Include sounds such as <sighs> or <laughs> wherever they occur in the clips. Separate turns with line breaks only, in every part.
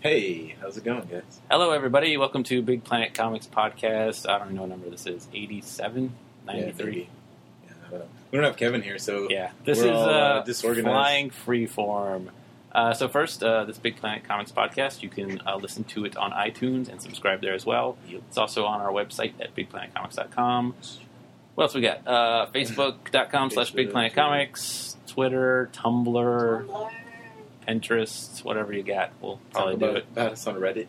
Hey, how's it going, guys?
Hello, everybody. Welcome to Big Planet Comics Podcast. I don't even know what number this is 87? 93?
Yeah, I don't know. we don't have Kevin here, so
Yeah. This
We're
is
all,
uh,
uh, disorganized.
Flying Freeform. Uh, so, first, uh, this Big Planet Comics Podcast, you can uh, listen to it on iTunes and subscribe there as well.
Yep.
It's also on our website at bigplanetcomics.com. What else we got? Uh,
<laughs>
Facebook.com slash Big
Facebook,
Planet
Twitter.
Comics, Twitter, Tumblr, Pinterest, whatever you got. We'll
talk
probably do
about,
it.
about us on
<laughs>
Reddit.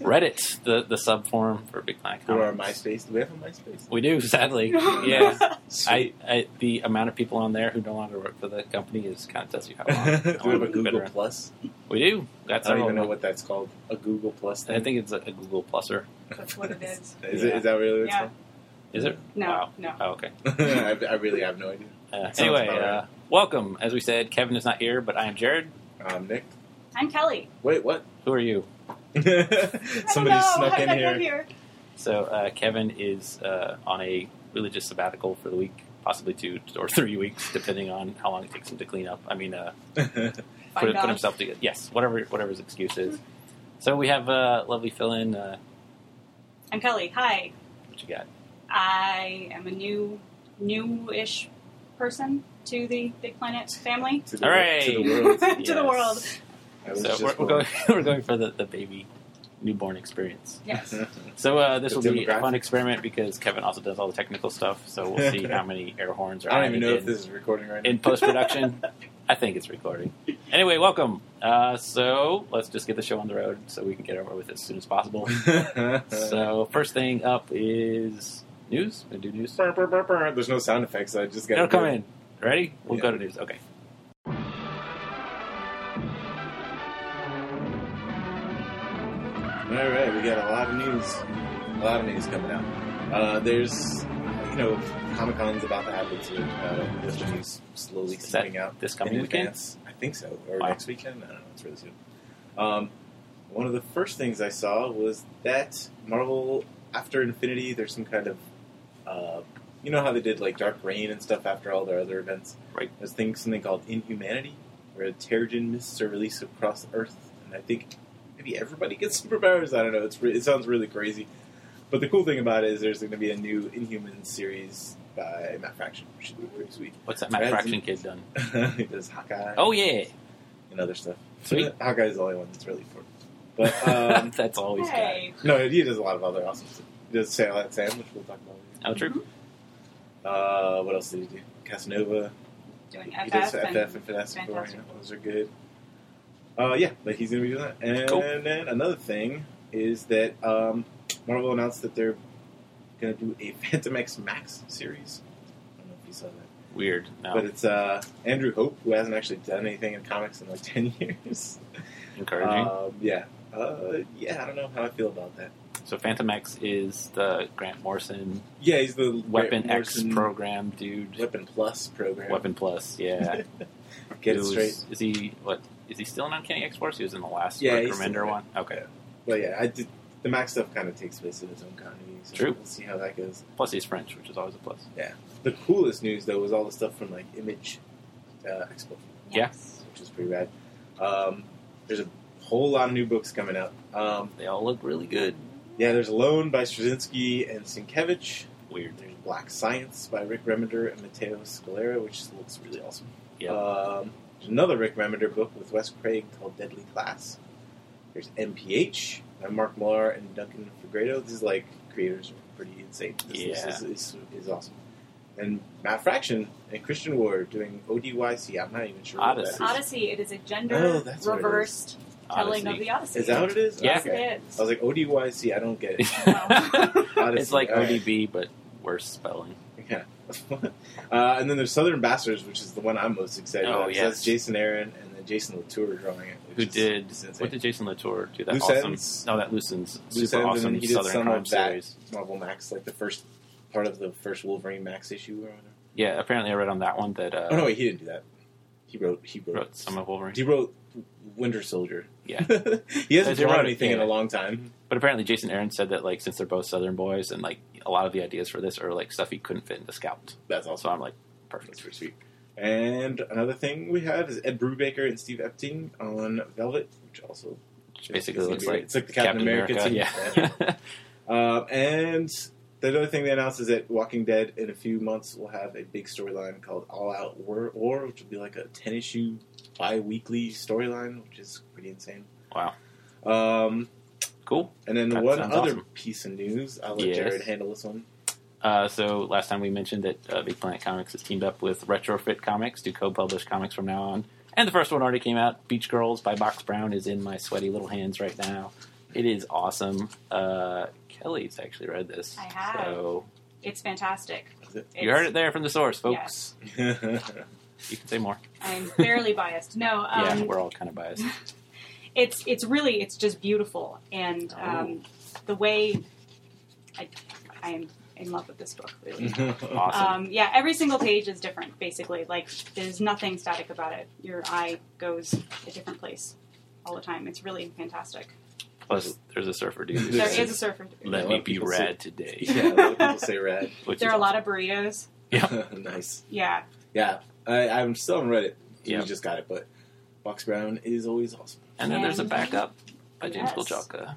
Reddit, the, the subform for Big Planet
Or our
Comics.
MySpace. Do we have a MySpace?
We
<laughs>
do, <laughs> sadly. yeah. I, I the amount of people on there who no longer work for the company is kind of tells you
<laughs>
how
do we
long. how long
have a
we've been
Google
around.
Plus?
We do. That's
I don't
our
even know
own-
what that's called. A Google Plus thing?
I
<laughs>
think it's a, a Google Pluser.
That's what it is.
Is, it, is that really what it's
Yeah.
called?
Is it?
No,
Wow.
no.
Oh, okay.
<laughs> I, I really have no idea.
Uh,
Sounds
anyway,
about right.
uh, welcome. As we said, Kevin is not here, but I am Jared.
Um, Nick?
I'm Kelly.
Wait,
<laughs>
what?
Who are you?
I
Somebody
don't know.
snuck
How
in
did <laughs> I
<laughs>
get
here.
here.
So uh, Kevin is uh, on a religious sabbatical for the week, possibly two or three <laughs> weeks, depending on how long it takes him to clean up. I mean, uh, put,
Find
put
out.
himself together. Yes, whatever whatever his excuse is. So we have uh, lovely fill-in. Uh,
I'm Kelly. Hi.
what you got?
I am a new, new-ish person to the Big Planet family.
to, the,
Hooray.
to
<laughs>
the world.
<laughs> to the world.
I was
So
just
we're, we're
born. <laughs>
going <laughs> we're going for the, the baby newborn experience.
Yes.
So uh, this
The
will be a
demographic.
fun experiment because Kevin also does all the technical stuff. So
<laughs>
we'll see how many air horns are
I don't even
added
know
in,
if this is recording right now.
in post production. I think it's recording. Anyway, welcome. Uh, so let's just get the show on the road so we can get over with it as soon
<laughs>
as possible.
Uh,
<laughs> so first thing up is news. Gonna do news.
Brr, brr, brr, brr. There's no sound effects. I just got.
It'll come in. Ready? We'll
Yeah.
go to news. Okay.
All right, we got a lot of news. A lot of news coming out. Uh, there's, you know, Comic Con's about to happen, so uh, there's the news slowly
Is that
seeping out.
This coming
in
weekend.
advance. I think so, or
Wow.
next weekend. I don't know. It's really soon. Um, one of the first things I saw was that Marvel after Infinity, there's some kind of, uh, you know how they did like Dark Rain and stuff after all their other events.
Right.
There's thing something called Inhumanity, where Terrigen mists are released across Earth, and I think maybe everybody gets <laughs> superpowers. I don't know. It's re- it sounds really crazy. But the cool thing about it is there's going to be a new Inhuman series by Matt Fraction, which should be pretty sweet. <laughs>
What's that Matt
That's-
Fraction
<laughs>
kid done?
he does Hawkeye
Oh yeah.
and other stuff.
Sweet.
Hawkeye's the only one that's really important. But um,
<laughs> That's always good.
Hey.
no, he does a lot of other awesome stuff. He does Silent Sam, which we'll talk about later.
Oh, true.
Uh, what else did he do? Casanova.
Doing
he
FF.
does FF
and,
and, Fantastic Four.
Fantastic
yeah, those are good. Uh, yeah, but he's going to be doing that. And
Cool.
then another thing is that um, Marvel announced that they're going to do a Phantom X Max series. I don't know if you saw that.
Weird. No.
Mm-hmm. But it's uh, Andrew Hope, who hasn't actually done anything in comics in like <laughs> 10 years.
Encouraging.
Um, yeah. Uh, yeah, I don't know how I feel about that.
so Phantom X is the Grant Morrison
Yeah, he's the
Weapon
Morrison
X program dude.
Weapon Plus program.
Weapon Plus, yeah.
<laughs> Get it
Who was-
straight.
Is he what? Is he still in Uncanny X Force? He was in the last
Yeah,
Rick
he's still
Remender
there.
one. Okay.
But yeah, I did, the Max stuff kind of takes place in its own continuity. So
True.
We'll see how that goes.
Plus he's French, which is always a plus.
The coolest news though was all the stuff from like Image uh, Expo,
Yes.
which is pretty rad. Um, there's a whole lot of new books coming out. Um,
They all look really good.
yeah, there's Alone by Straczynski and Sienkiewicz.
Weird.
There's Black Science by Rick Remender and Matteo Scalera, which looks really awesome.
Yeah.
Um, there's another Rick Remender book with Wes Craig called Deadly Class. There's MPH by Mark Millar and Duncan Fegredo. This is like creators are pretty insane. This, this
Yeah.
is, is, is awesome. And Matt Fraction and Christian Ward doing ODYC. I'm not even sure what
Odyssey.
that
Odyssey. It is a
Oh,
gender
that's what it
reversed telling of
Odyssey.
the Odyssey.
is. Is that what it is? Oh,
Yeah.
Yes,
Okay.
it
I was like, ODYC, I don't
<laughs>
get it.
is.
Odyssey,
it's like
all right.
ODB but worse spelling.
Yeah. <laughs> uh, and then there's Southern Ambassadors, which is the one I'm most excited
Oh,
about. 'cause
yes.
That's Jason Aaron and then Jason Latour drawing it.
Who
which is
did
just insane.
what did Jason Latour do? That
Loose
awesome.
Ends.
No, that loosens
Loose
super
Ends, and
awesome
he did
Southern
some
Crime
of that.
series.
Marvel Max, like the first part of the first Wolverine Max issue or whatever?
Yeah, apparently I read on that one that uh,
oh no, wait, he didn't do that. He wrote. He wrote.
wrote some of Wolverine.
he wrote Winter Soldier.
Yeah.
<laughs> he
That's
hasn't
right,
drawn anything in
yeah.
a long time.
But apparently, Jason Aaron said that like since they're both Southern boys, and like a lot of the ideas for this are like stuff he couldn't fit into Scout.
That's
So
also
I'm like,
that's
perfect.
pretty sweet. And another thing we have is Ed Brubaker and Steve Epting on Velvet, which also
Which basically
It's
looks
weird.
like
it's like the Captain, America, <laughs> team.
Yeah. <laughs>
Um, and the other thing they announced is that Walking Dead in a few months will have a big storyline called All Out War, War, which will be like a 10 issue bi weekly storyline, which is pretty insane.
Wow.
Um,
cool.
and then the
That
one
sounds
other
awesome.
piece of news, I'll let
Yes.
Jared handle this one.
Uh, so last time we mentioned that uh, Big Planet Comics has teamed up with Retrofit Comics to co-publish comics from now on. And the first one already came out. Beach Girls by Box Brown is in my sweaty little hands right now. It is awesome. Uh, Kelly's actually read this.
I have.
So
<laughs> It's fantastic.
Is it?
you
It's-
heard it there from the source, folks.
Yes.
You can say more.
I'm fairly biased. No, um,
yeah, we're all kind of biased.
<laughs> it's it's really it's just beautiful, and
Oh.
um, the way I I am in love with this book. Really,
Mm-hmm. Awesome.
Um, yeah, every single page is different, basically. Like, there's nothing static about it. Your eye goes a different place all the time. It's really fantastic.
Plus, there's a surfer dude.
This
There
There
is
is-
a surfer.
Yeah, a
Let
lot
me
of
be
people
rad today.
<laughs> yeah, a lot of people say
<laughs>
rad.
Which
There
is
are a lot of burritos.
<laughs> nice.
Yeah,
Yeah, I, I'm still on Reddit.
Yeah.
We just got it, but Box Brown is always awesome.
And then there's a
And-
backup by James
Yes.
Kolchaka.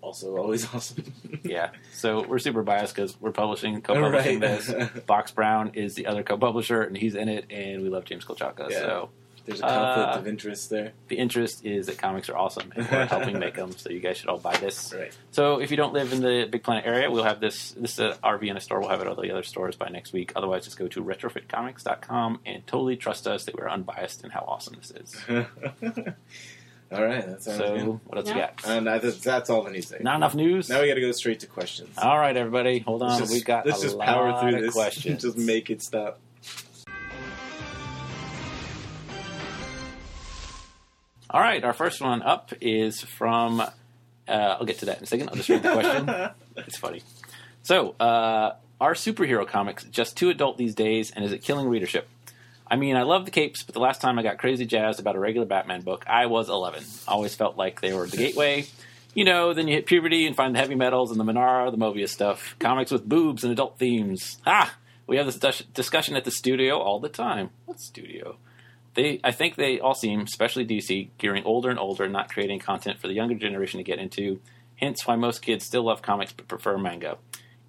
Also, always <laughs> awesome.
Yeah. So we're super biased because we're publishing, co-publishing this.
<laughs>
Box Brown is the other co-publisher, and he's in it, and we love James Kolchaka.
Yeah.
So
There's a conflict
Uh,
of interest there. <laughs>
the interest is that comics are awesome, and we're helping make them. So you guys should all buy this.
Right.
So if you don't live in the Big Planet area, we'll have this. This uh, is at our Vienna store. We'll have it at all the other stores by next week. Otherwise, just go to retrofitcomics.com and totally trust us that we're unbiased in how awesome this is.
all right, that sounds good.
So what else we
Yeah.
got?
And I, that's, that's all the news. there.
Not enough news.
Now we got to go straight to questions.
All right, everybody, hold on.
Let's just,
We've got
let's
a
just
lot
power through
of
this. <laughs>
questions.
just make it stop.
All right, our first one up is from. Uh, I'll get to that in a second. I'll just read
<laughs>
the question. it's funny. So, uh, are superhero comics just too adult these days, and is it killing readership? I mean, I love the capes, but the last time I got crazy jazzed about a regular Batman book, I was 11. Always felt like they were the gateway. You know, then you hit puberty and find the heavy metals and the Monara, the Mobius stuff, comics with boobs and adult themes. Ah, we have this dus- discussion at the studio all the time. What studio? They, I think they all seem, especially DC, gearing older and older, and not creating content for the younger generation to get into. Hence, why most kids still love comics but prefer manga.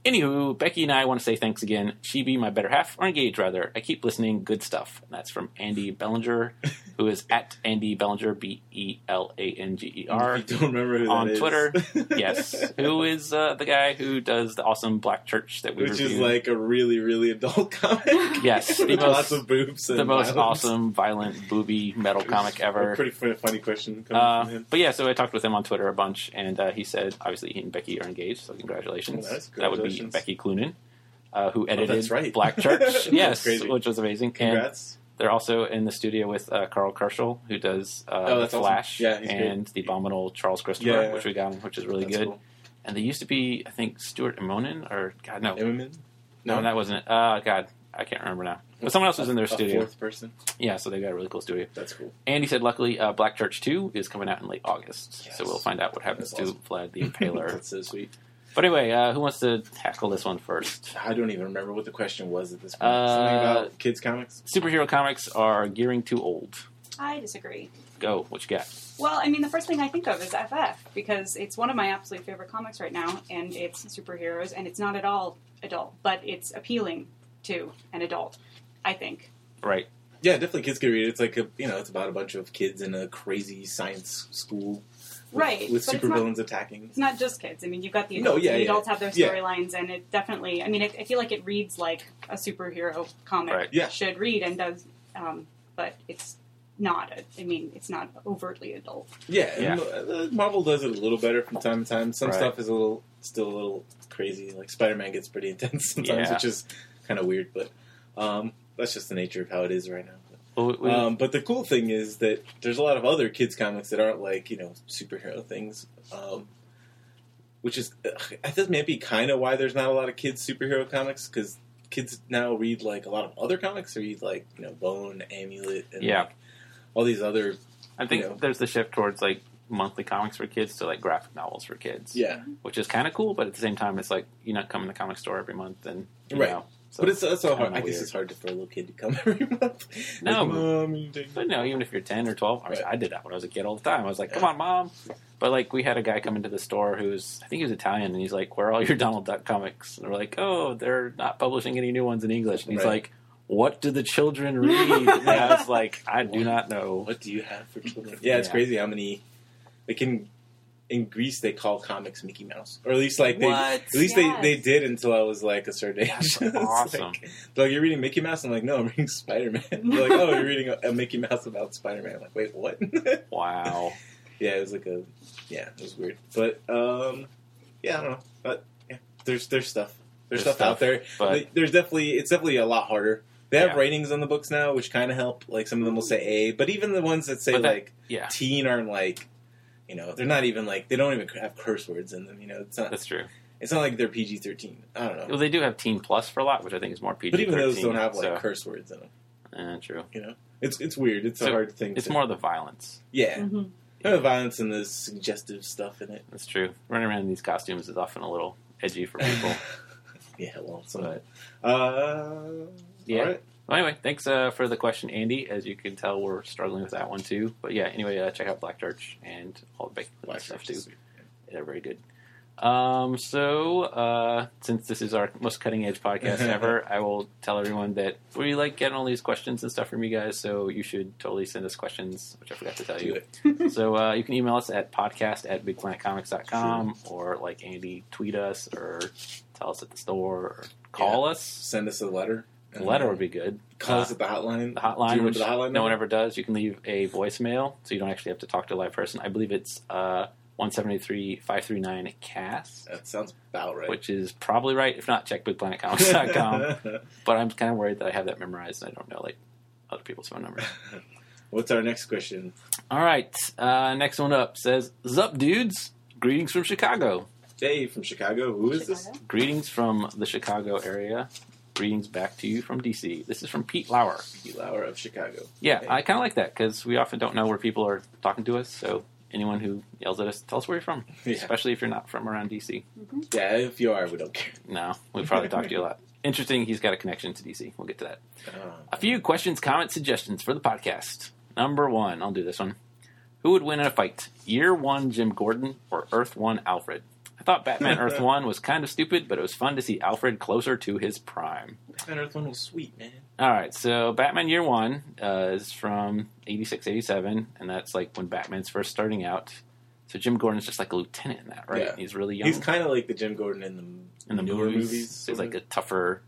Anywho, Becky and I want to say thanks again. Chibi, my better half, or engaged rather. I keep listening. Good stuff. And that's from Andy Bellinger, who is at Andy Bellinger, B E L A N G E R
I don't remember who that
on
is. <laughs>
Twitter. yes, who is uh, the guy who does the awesome Black Church that we
Which is
reviewed?
like a really, really adult <laughs> comic.
Yes, the
With
most-
lots of boobs. And
the most
violence.
awesome, violent, booby metal
It was
comic
A
ever.
pretty fu- funny question coming
Uh,
from him.
but yeah, so I talked with him on Twitter a bunch, and uh, he said obviously he and Becky are engaged, so congratulations.
Oh, nice.
That would be
Congratulations. Oh,
Becky Clunan, uh, who edited
that's right.
Black
<laughs>
Church,
That's
yes,
crazy.
which was amazing. And
Congrats.
they're also in the studio with uh, Carl Kerschel, who does uh,
Oh,
the
that's awesome.
Flash
Yeah, he's
and the abominable Charles Christopher,
Yeah, yeah.
which we got him, which is really
That's
good.
cool.
And they used to be, I think, Stuart Immonen, or God no,
Eminem?
no, that wasn't it. Oh God, I can't remember now. But someone else was in their
A
studio.
Fourth person.
Yeah, so they got a really cool studio.
That's cool.
And he said, luckily, uh, Black Church Two is coming out in late August,
Yes.
so we'll find out what happens
That's
to
<laughs>
Vlad the Impaler.
That's so sweet.
but anyway, uh, who wants to tackle this one first?
I don't even remember what the question was at this point.
Uh,
Something about kids comics.
Superhero comics are gearing too old.
I disagree.
Go, what you got?
Well, I mean, the first thing I think of is FF because it's one of my absolute favorite comics right now, and it's superheroes, and it's not at all adult, but it's appealing to an adult. I think.
Right.
Yeah, definitely kids can read it. It's like a you know, it's about a bunch of kids in a crazy science school, with-
Right,
With
but it's
super
not-
villains attacking.
It's not just kids. I mean, you've got the
No,
adults.
yeah,
and the
yeah,
adults have their
yeah.
storylines, and it definitely. I mean, it, I feel like it reads like a superhero comic
Right.
Yeah.
should read and does, um, but it's not. A, I mean, it's not overtly adult.
Yeah, and
Yeah.
uh, Marvel does it a little better from time to time. Some
Right.
stuff is a little still a little crazy. Like Spider Man gets pretty <laughs> intense sometimes,
Yeah.
which is kind of weird, but um, that's just the nature of how it is right now.
Well, we- we-
Um, but the cool thing is that there's a lot of other kids comics that aren't like you know superhero things, um, which is ugh, I think maybe kind of why there's not a lot of kids superhero comics because kids now read like a lot of other comics. They read like you know Bone, Amulet, and
Yeah.
like, all these other
I think
you know.
there's the shift towards like monthly comics for kids to like graphic novels for kids,
yeah.
which is kind of cool. But at the same time, it's like you're not coming to the comic store every month, and you
Right.
know, so-
but it's also hard.
kinda
I guess
weird.
it's hard for a little kid to come <laughs> every month.
No.
like, Mom, you take-"
But no, even if you're 10 or 12, I, was-
Right.
I did that when I was a kid all the time. I was like, come on, mom, But like we had a guy come into the store who's I think he was Italian and he's like, Where are all your <laughs> Donald Duck comics? And we're like, Oh, they're not publishing any new ones in English and he's
Right.
like, What do
<laughs>
the children read? and I was like, I do not know.
What do you have for children?
Yeah, it's
Yeah.
crazy how many. Like in in Greece, they call comics Mickey Mouse, or at least like they
What?
at least
Yes.
they, they did until I was like a certain age. <laughs> <laughs> It's like-
awesome.
they're like you're reading Mickey Mouse. I'm like, no, I'm reading <laughs> Spider Man. They're like, oh, you're reading a, a Mickey Mouse about Spider Man. Like, wait, what? <laughs>
Wow.
yeah, it was like a yeah, it was weird. But um, yeah, I don't know. But yeah, there's there's stuff. There's,
There's
stuff, out
stuff,
there.
But
there's definitely it's definitely a lot harder. They have
Yeah.
ratings on the books now, which kind of help. Like some of them will say A, but even the ones that say
But that-
like
yeah,
teen aren't like you know they're not even like they don't even have curse words in them you know it's not
that's true.
it's not like they're pg-13 i don't know
Well, they do have Teen Plus for a lot, which I think is more PG.
but even those don't have like curse words in them
eh, true.
it's it's weird it's a
So,
hard thing
It's
to,
more the violence.
yeah
hmm
Kind of violence and the suggestive stuff in it
That's true. Running around in these costumes is often a little edgy for people.
<laughs> yeah well some
but
uh
Yeah.
all right.
well, anyway, thanks uh, for the question, Andy. As you can tell, we're struggling with that one too. But yeah, anyway, uh, check out Black Church and all the Bacon
Black
stuff
Church
too.
is sweet.
They're very good. Um, so, uh, since this is our most cutting edge
<laughs>
podcast ever, I will tell everyone that we like getting all these questions and stuff from you guys, so you should totally send us questions, which I forgot to tell
Do
you.
it. <laughs>
<laughs> so, uh, you can email us at podcast at bigplanetcomics.com or like Andy, tweet us or tell us at the store or call us.
send us a letter
A letter would be good.
call
uh,
us at the hotline
The
Do
hotline,
you remember
which
the hotline
no
number?
one ever does, you can leave a voicemail, so you don't actually have to talk to a live person. I believe it's uh, 173 539 CAST
that sounds about right
which um, is probably right. If not,
<laughs>
check bigplanetcomics.com. but I'm kind of worried that I have that memorized and I don't know like other people's phone numbers.
what's our next question
All right, uh, next one up says Zup dudes. Greetings from Chicago.
dave from chicago who is this
Chicago?
Greetings from the Chicago area. Greetings back to you from DC. This is from Pete Lauer.
Pete Lauer of
<laughs>
Chicago.
Yeah, I kind of like that because we often don't know where people are talking to us. So anyone who yells at us, tell us where you're from,
Yeah.
especially if you're not from around DC.
Yeah, if you are, we don't care.
No, we probably talked to you a
<laughs>
lot. Interesting, he's got a connection to DC. We'll get to that.
Uh,
A few questions, comments, suggestions for the podcast. Number one, I'll do this one. Who would win in a fight? Year one Jim Gordon or Earth one Alfred? I thought
<laughs>
Batman Earth one was kind of stupid, but it was fun to see Alfred closer to his prime.
Batman Earth One was sweet, man.
All right, so Batman Year One uh, is from 86, 87, and that's like when Batman's first starting out. So Jim Gordon's just like a lieutenant in that, right?
Yeah.
He's really young
He's kind of like the Jim Gordon in the
in the
newer
movies.
movies.
He's
sort
like
of.
a tougher,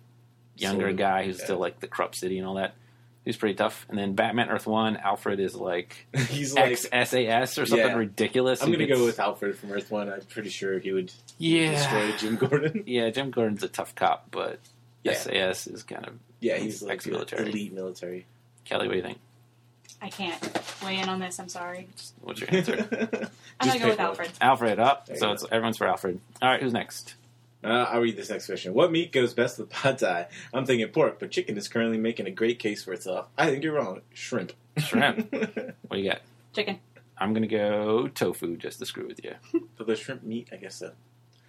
younger
Sort of,
guy who's
yeah.
still like the Krupp City and all that. He's pretty tough. And then Batman Earth One, Alfred is like
<laughs> he's like
XSAS or something
Yeah.
ridiculous.
I'm
who
gonna
gets-
go with Alfred from Earth One. I'm pretty sure he would destroy
yeah,
Jim
<laughs>
Gordon.
yeah. Jim Gordon's a tough cop, but
Yeah.
SAS is kind of
Yeah, he's like
Ex-military.
elite military.
Kelly. What do you think?
I can't weigh in on this. I'm sorry.
<laughs>
What's your answer?
I'm
Just
gonna go
pick
with
one.
Alfred.
Alfred up.
There you
So
go.
it's everyone's for Alfred. All right, who's next?
uh, I'll read this next question. What meat goes best with pad thai? I'm thinking pork, but chicken is currently making a great case for itself. I think you're wrong. Shrimp. <laughs>
Shrimp. What do you got?
Chicken.
I'm gonna go tofu just to screw with you.
but the shrimp meat, I guess so.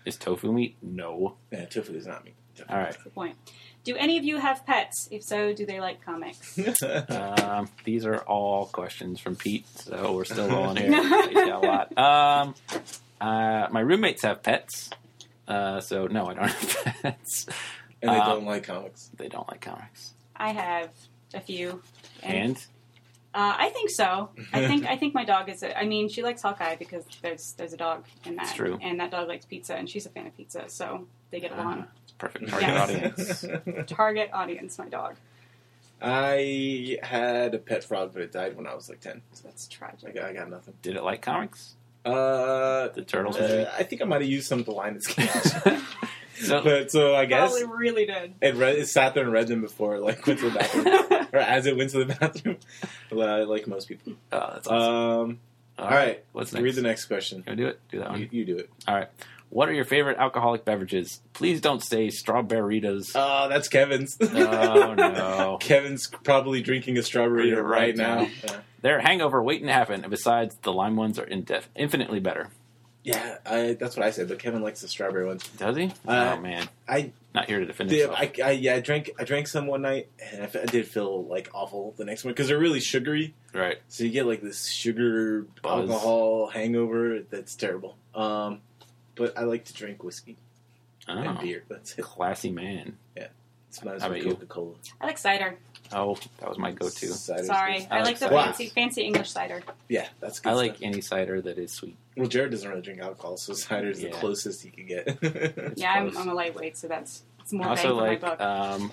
Is tofu meat? No.
Yeah, tofu is not meat. <laughs>
All right.
That's the point. Do any of you have pets? If so, do they
<laughs>
like comics?
Um, these are all questions from Pete, so
<laughs>
we're still rolling here. He's got a lot. Um, uh, my roommates have pets, uh, so no, I don't <laughs> have pets.
and they
Uh,
don't like comics.
They don't like comics.
I have a few.
And
Uh, I think so. I
<laughs>
<laughs>
think I think my dog is. A, I mean, she likes Hawkeye because there's there's a dog in that.
It's true.
And that dog likes pizza, and she's a fan of pizza, so they get along.
Ah, perfect target
Yes. <laughs>
audience.
Target audience, my dog.
<laughs> I had a pet frog, but it died when I was like ten.
So that's
I
tragic.
got, I got nothing.
Did it like comics?
Uh,
The turtles.
uh, I think I might have used some of the line that <laughs> came out.
<laughs> so
but so I guess
Probably really did.
it, read, it sat there and read them before it, like went to the bathroom, or as it went to the bathroom, <laughs> Well, like most people.
oh, that's awesome.
Um, all right,
What's
read
next? Um,
the next question.
Can we do it? Do that
You,
one.
you do it.
What are your favorite alcoholic beverages? Please don't say strawberritos.
Oh, that's Kevin's.
oh no.
<laughs> Kevin's probably drinking a strawberry
Right
right now. Uh,
now. They're hangover waiting to happen. And besides, the lime ones are indef- infinitely better.
Yeah, I, that's what I said. But Kevin likes the strawberry ones.
Does he?
Uh,
oh man,
I
not here to defend
did,
himself.
I, I yeah, I drank I drank some one night, and I, fe- I did feel like awful the next one because they're really sugary.
right.
So you get like this sugar
Buzz.
alcohol hangover that's terrible. Um, but I like to drink whiskey and
Oh,
beer. That's it.
classy man.
It's not as
How
much
about you?
Coca Cola.
I like cider.
Oh, that was my go-to.
Sorry,
I
I
like
like the
cider.
fancy, fancy English cider.
Yeah, that's good.
I like
Stuff.
any cider that is sweet.
Well, Jared doesn't really drink alcohol, so cider's the
Yeah.
closest he can get. <laughs>
It's
yeah, I'm,
close.
I'm a lightweight, so that's it's more
I
bang
also
for
like
my buck.
um, what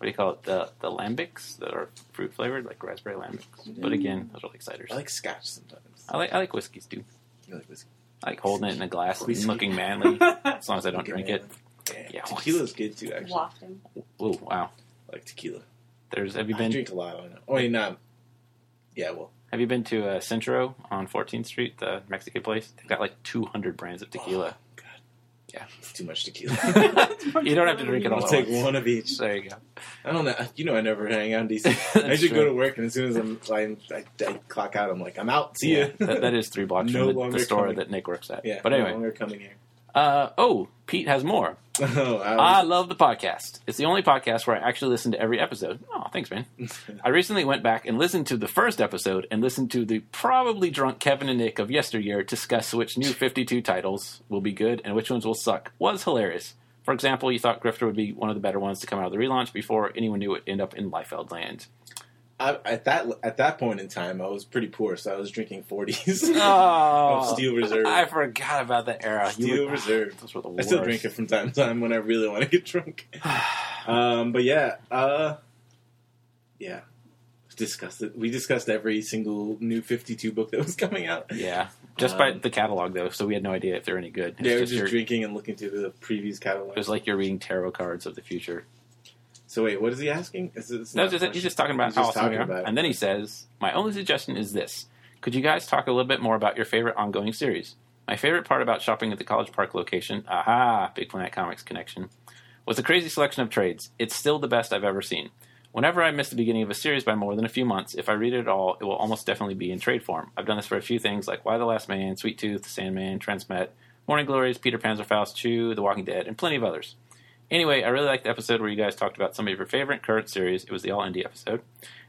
do you call it? The the lambics that are fruit flavored, like raspberry lambics. But again, those are like ciders.
Mm-hmm. I like scotch sometimes.
I like I like whiskeys too.
You like whiskey?
I like holding it in a glass, and
Whiskey. <laughs>
looking manly,
<laughs>
as long as I don't drink it.
Yeah.
Yeah,
Tequila's good too. Actually,
Wafting. <laughs>
Ooh, wow.
I like tequila.
There's have you
I
been
drink a lot. I know. Oh, wait, no. Yeah, well,
have you been to uh, Centro on 14th Street, the Mexican place? They've got like 200 brands of tequila.
it's too much
<laughs>
tequila.
<laughs> You don't have to drink it all.
I'll take one of each.
There you go.
I don't know. You know, I never hang out in
<laughs>
DC. I
That's
should go
true.
to work, and as soon as I'm, I'm I, I clock out, I'm like, I'm out. See
Yeah,
ya.
that, that is three blocks
No
from the,
longer
the store
coming.
that Nick works
<laughs>
at.
yeah.
but
no
anyway,
longer coming here. <laughs>
uh, oh, Pete has more.
Oh, I
I
was-
love the podcast. It's the only podcast where I actually listen to every episode. Oh, thanks, man. I recently went back and listened to the first episode and listened to the probably drunk Kevin and Nick of yesteryear discuss which new 52 titles will be good and which ones will suck. Was hilarious. For example, you thought Grifter would be one of the better ones to come out of the relaunch before anyone knew it would end up in Liefeld
<laughs>
land.
<laughs> I, at that at that point in time, I was pretty poor, so I was drinking 40s of
Oh,
<laughs> Steel Reserve.
I forgot about that era. You
Steel
were-
Reserve.
<sighs> Those were the
I
worst.
still drink it from time to time when I really want to get drunk. <sighs> um, but yeah, uh, yeah, discussed it. We discussed every single new Fifty-two book that was coming out.
Yeah, just by
Um,
the catalog though, so we had no idea if they're any good. It's
They were
just
just
your-
drinking and looking through the previous
It
catalog.
was like you're reading tarot cards of the future.
So wait, what is he asking? Is this
No, just, he's just talking about
He's
how
just
awesome
talking
we are.
about it.
And then he says, "My only suggestion is this: Could you guys talk a little bit more about your favorite ongoing series? My favorite part about shopping at the College Park location, aha, Big Planet Comics connection, was the crazy selection of trades. It's still the best I've ever seen. Whenever I miss the beginning of a series by more than a few months, if I read it at all, it will almost definitely be in trade form. I've done this for a few things like Why the Last Man, Sweet Tooth, The Sandman, Transmet, Morning Glories, Peter Panzerfaust, Chew, The Walking Dead, and plenty of others. Anyway, I really liked the episode where you guys talked about some of your favorite current series. It was the All Indie episode.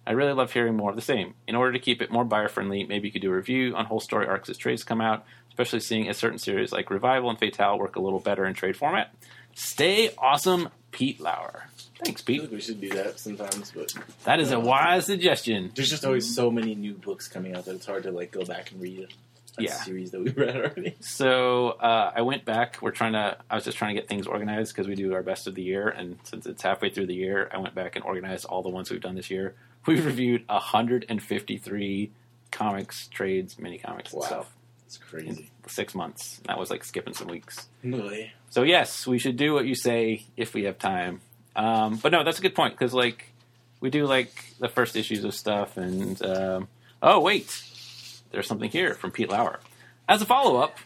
I really love hearing more of the same. In order to keep it more buyer friendly, maybe you could do a review on whole story arcs as trades come out, especially seeing as certain series like Revival and Fatale work a little better in trade format. Stay awesome, Pete Lauer. Thanks,
I feel
Pete.
like we should do that sometimes, but
That is a wise suggestion.
there's just always
Mm-hmm.
so many new books coming out that it's hard to like go back and read a, a
Yeah.
series that we <laughs> read already.
So uh, I went back. We're trying to. I was just trying to get things organized because we do our best of the year, and since it's halfway through the year, I went back and organized all the ones we've done this year. We've reviewed 153 comics, trades, mini comics, and
Wow.
stuff
It's crazy.
in six months. That was like skipping some weeks.
No way.
So yes, we should do what you say if we have time. Um, but no, that's a good point because like we do like the first issues of stuff, and um, oh wait, there's something here from Pete Lauer. As a follow up,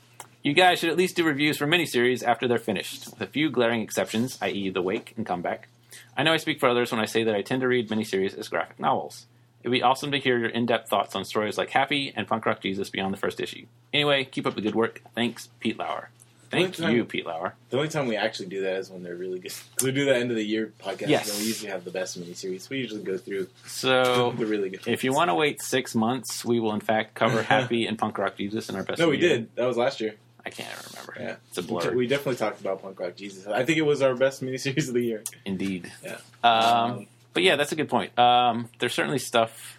you guys should at least do reviews for miniseries after they're finished, with a few glaring exceptions, i.e., The Wake and Comeback. I know I speak for others when I say that I tend to read miniseries as graphic novels. It'd be awesome to hear your in depth thoughts on stories like Happy and Punk Rock Jesus beyond the first issue. Anyway, keep up the good work. Thanks, Pete Lauer. Thank
Anytime.
you, Pete Lauer.
The only time we actually do that is when they're really good. 'Cause we do that end of the year podcast,
Yes.
and we usually have the best miniseries. We usually go through
So,
the really good.
if you want to wait six months, we will in fact
<laughs>
cover Happy and Punk Rock Jesus in our best.
no,
of
we
the year.
did. That was last year.
I can't remember.
Yeah.
It's a blur,
We definitely talked about Punk Rock Jesus. I think it was our best miniseries of the year.
indeed.
Yeah.
Um, but yeah, that's a good point. Um, there's certainly stuff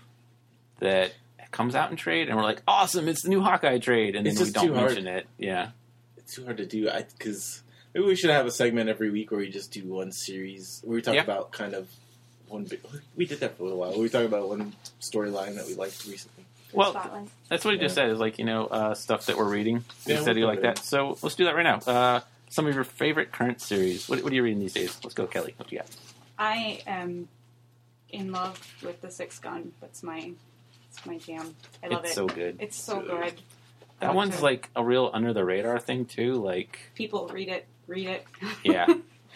that comes out in trade, and we're like, awesome, it's the new Hawkeye trade, and then
It's
we
just
don't
too hard.
mention it. Yeah,
it's too hard to do because maybe we should have a segment every week where we just do one series. Where we talk
Yeah.
about kind of one. Big, we did that for a little while. We talk about one storyline that we liked recently.
Well,
Spotlight.
that's what he just said. Is like you know uh, stuff that we're reading. He
Yeah,
said he
we'll
liked
cover it.
that. So let's do that right now. Uh, some of your favorite current series. What, what are you reading these days? Let's go, Kelly. What do you got?
I am in love with the Six Gun. That's my, it's my jam. I love
it's
it.
so good.
it's so
good.
good.
That one's like a real under the radar thing too. Like
People read it, read it. <laughs>
Yeah.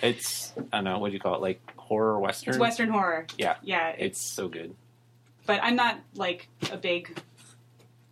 it's I don't know what do you call it like horror western.
it's Western horror.
Yeah.
yeah. It,
It's so good.
but I'm not like a big,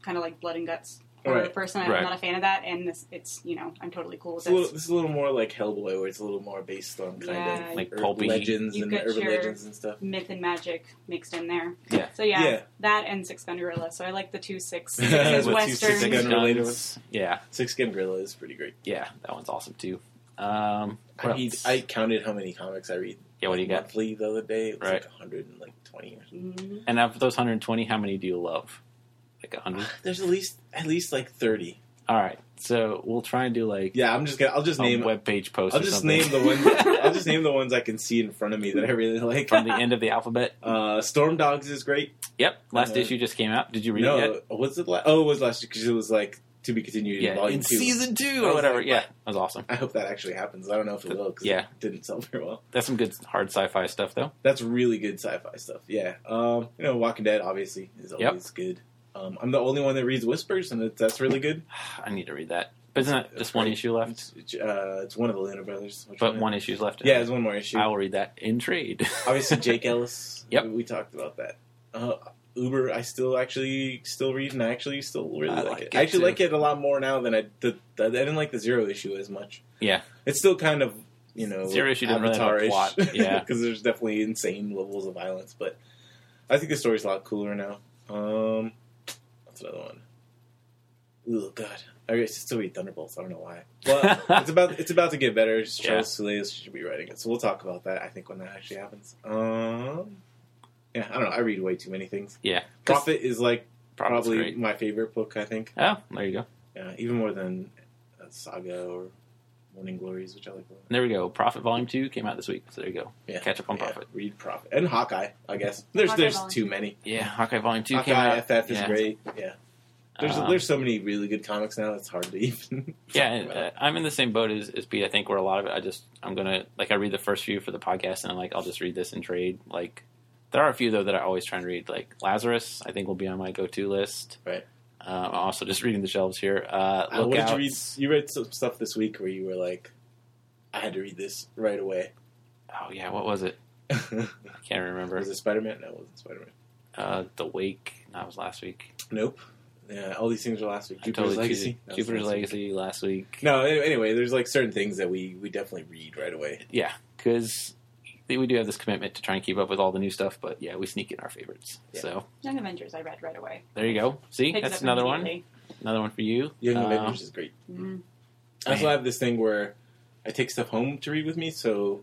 kind of like blood and guts or a
Right.
person. I'm
Right.
not a fan of that, and this, it's you know I'm totally cool with
It's a little,
this.
this is a little more like Hellboy, where it's a little more based on kind
Yeah,
of
Like
urban
pulpy.
legends
You've
and
got
urban
your-
legends and stuff.
Myth and magic mixed in there.
Yeah.
So yeah,
Yeah.
that and Six Gun Gorilla. So I like the
<laughs>
two six
Yeah, with
sixes
two
westerns.
six gun-
guns. Yeah,
Six Skin Gorilla is pretty great.
yeah, that one's awesome too. Um,
I
what
read,
else?
I counted how many comics I read.
yeah, what do you got?
Monthly the other day, it was
Right. Hmm?
like 120 or something.
Mhm.
And out of those 120, how many do you love? Like 100?
There's at least at least like 30.
All right, so we'll try and do like
Yeah, I'm just gonna. I'll just
a
name.
web page post
I'll
or
just
something
name
<laughs>
the ones. I'll just name the ones I can see in front of me that I really like.
from the end of the alphabet.
Uh, Storm Dogs is great. <laughs>
Yep, last
Uh,
issue just came out. Did you read it yet?
No, was it? La- oh, it was last year because it was like to be continued in
Yeah,
volume
in
two.
season two
I
or
was
whatever.
like,
yeah, that was awesome.
I hope that actually happens. I don't know if it will because
Yeah.
it didn't sell very well.
That's some good hard sci-fi stuff, though. <sighs>
That's really good sci-fi stuff. Yeah, um, you know, Walking Dead obviously is
Yep.
always good. Um, I'm the only one that reads Whispers, and it, that's really
<laughs>
good.
I need to read that. But isn't that just one
Right.
issue left?
It's, uh, it's one of the Luna brothers, Which
But
one?
one issue's left.
yeah, it's one more issue.
I will read that in trade. <laughs>
obviously Jake Ellis.
Yep.
we, we talked about that. Uh, Uber, I still actually still read, and I actually still really
I
like,
like
it.
it,
I actually
too.
like it a lot more now than I did. I didn't like the zero issue as much.
Yeah.
it's still kind of you know
Zero Issue didn't really have a
Avatar-ish, <laughs>
plot, yeah.
because there's definitely insane levels of violence, but I think the story's a lot cooler now. Um, that's another one. Oh god, I guess I still read Thunderbolts. I don't know why.
<laughs>
Well, it's about it's about to get better. Charles
Yeah.
Soule should be writing it, so we'll talk about that. I think when that actually happens. Um, yeah, I don't know. I read way too many things.
yeah, 'Cause
Prophet is like
Prophet's
probably
great.
my favorite book. I think,
Oh, there you go.
yeah, even more than uh, Saga or Morning Glories, which I like. a lot.
There we go. Profit Volume Two came out this week, so there you go.
Yeah.
Catch up on
Yeah,
Profit.
Read Prophet and Hawkeye. I guess there's
Hawkeye
there's
Volume
too many.
Yeah, Hawkeye Volume Two came
Hawkeye
out.
FF is
yeah.
great. Yeah, there's
Um,
there's so many really good comics now. It's hard to <laughs> even.
Yeah,
talk
and,
about.
uh, I'm in the same boat as, as Pete. I think where a lot of it, I just I'm gonna like I read the first few for the podcast, and I'm like I'll just read this in trade. Like there are a few though that I always try and read. Like Lazarus, I think will be on my go-to list.
Right.
Um, I'm also just <laughs> reading the shelves here. Uh,
Uh, what did you read?
Lookouts.
You read some stuff this week where you were like, I had to read this right away. <laughs>
Oh yeah, what was it?
was
I can't remember.
it Spider Man? No, it wasn't Spider Man.
uh, the Wake. That was last week.
Nope. Yeah, all these things were last week.
I
Jupiter's
totally
Legacy.
cheated.
That was
Jupiter's
last week.
Legacy last week.
No, a- anyway, there's like certain things that we we definitely read right away.
Yeah, because we do have this commitment to try and keep up with all the new stuff, but yeah, we sneak in our favorites.
Yeah.
So
Young Avengers I read right away.
there you go. See,
Picked it
that's
up
another one.
immediately.
Another one for you.
Young
Uh,
Avengers is great.
Mhm.
I also
Man.
have this thing where I take stuff home to read with me, so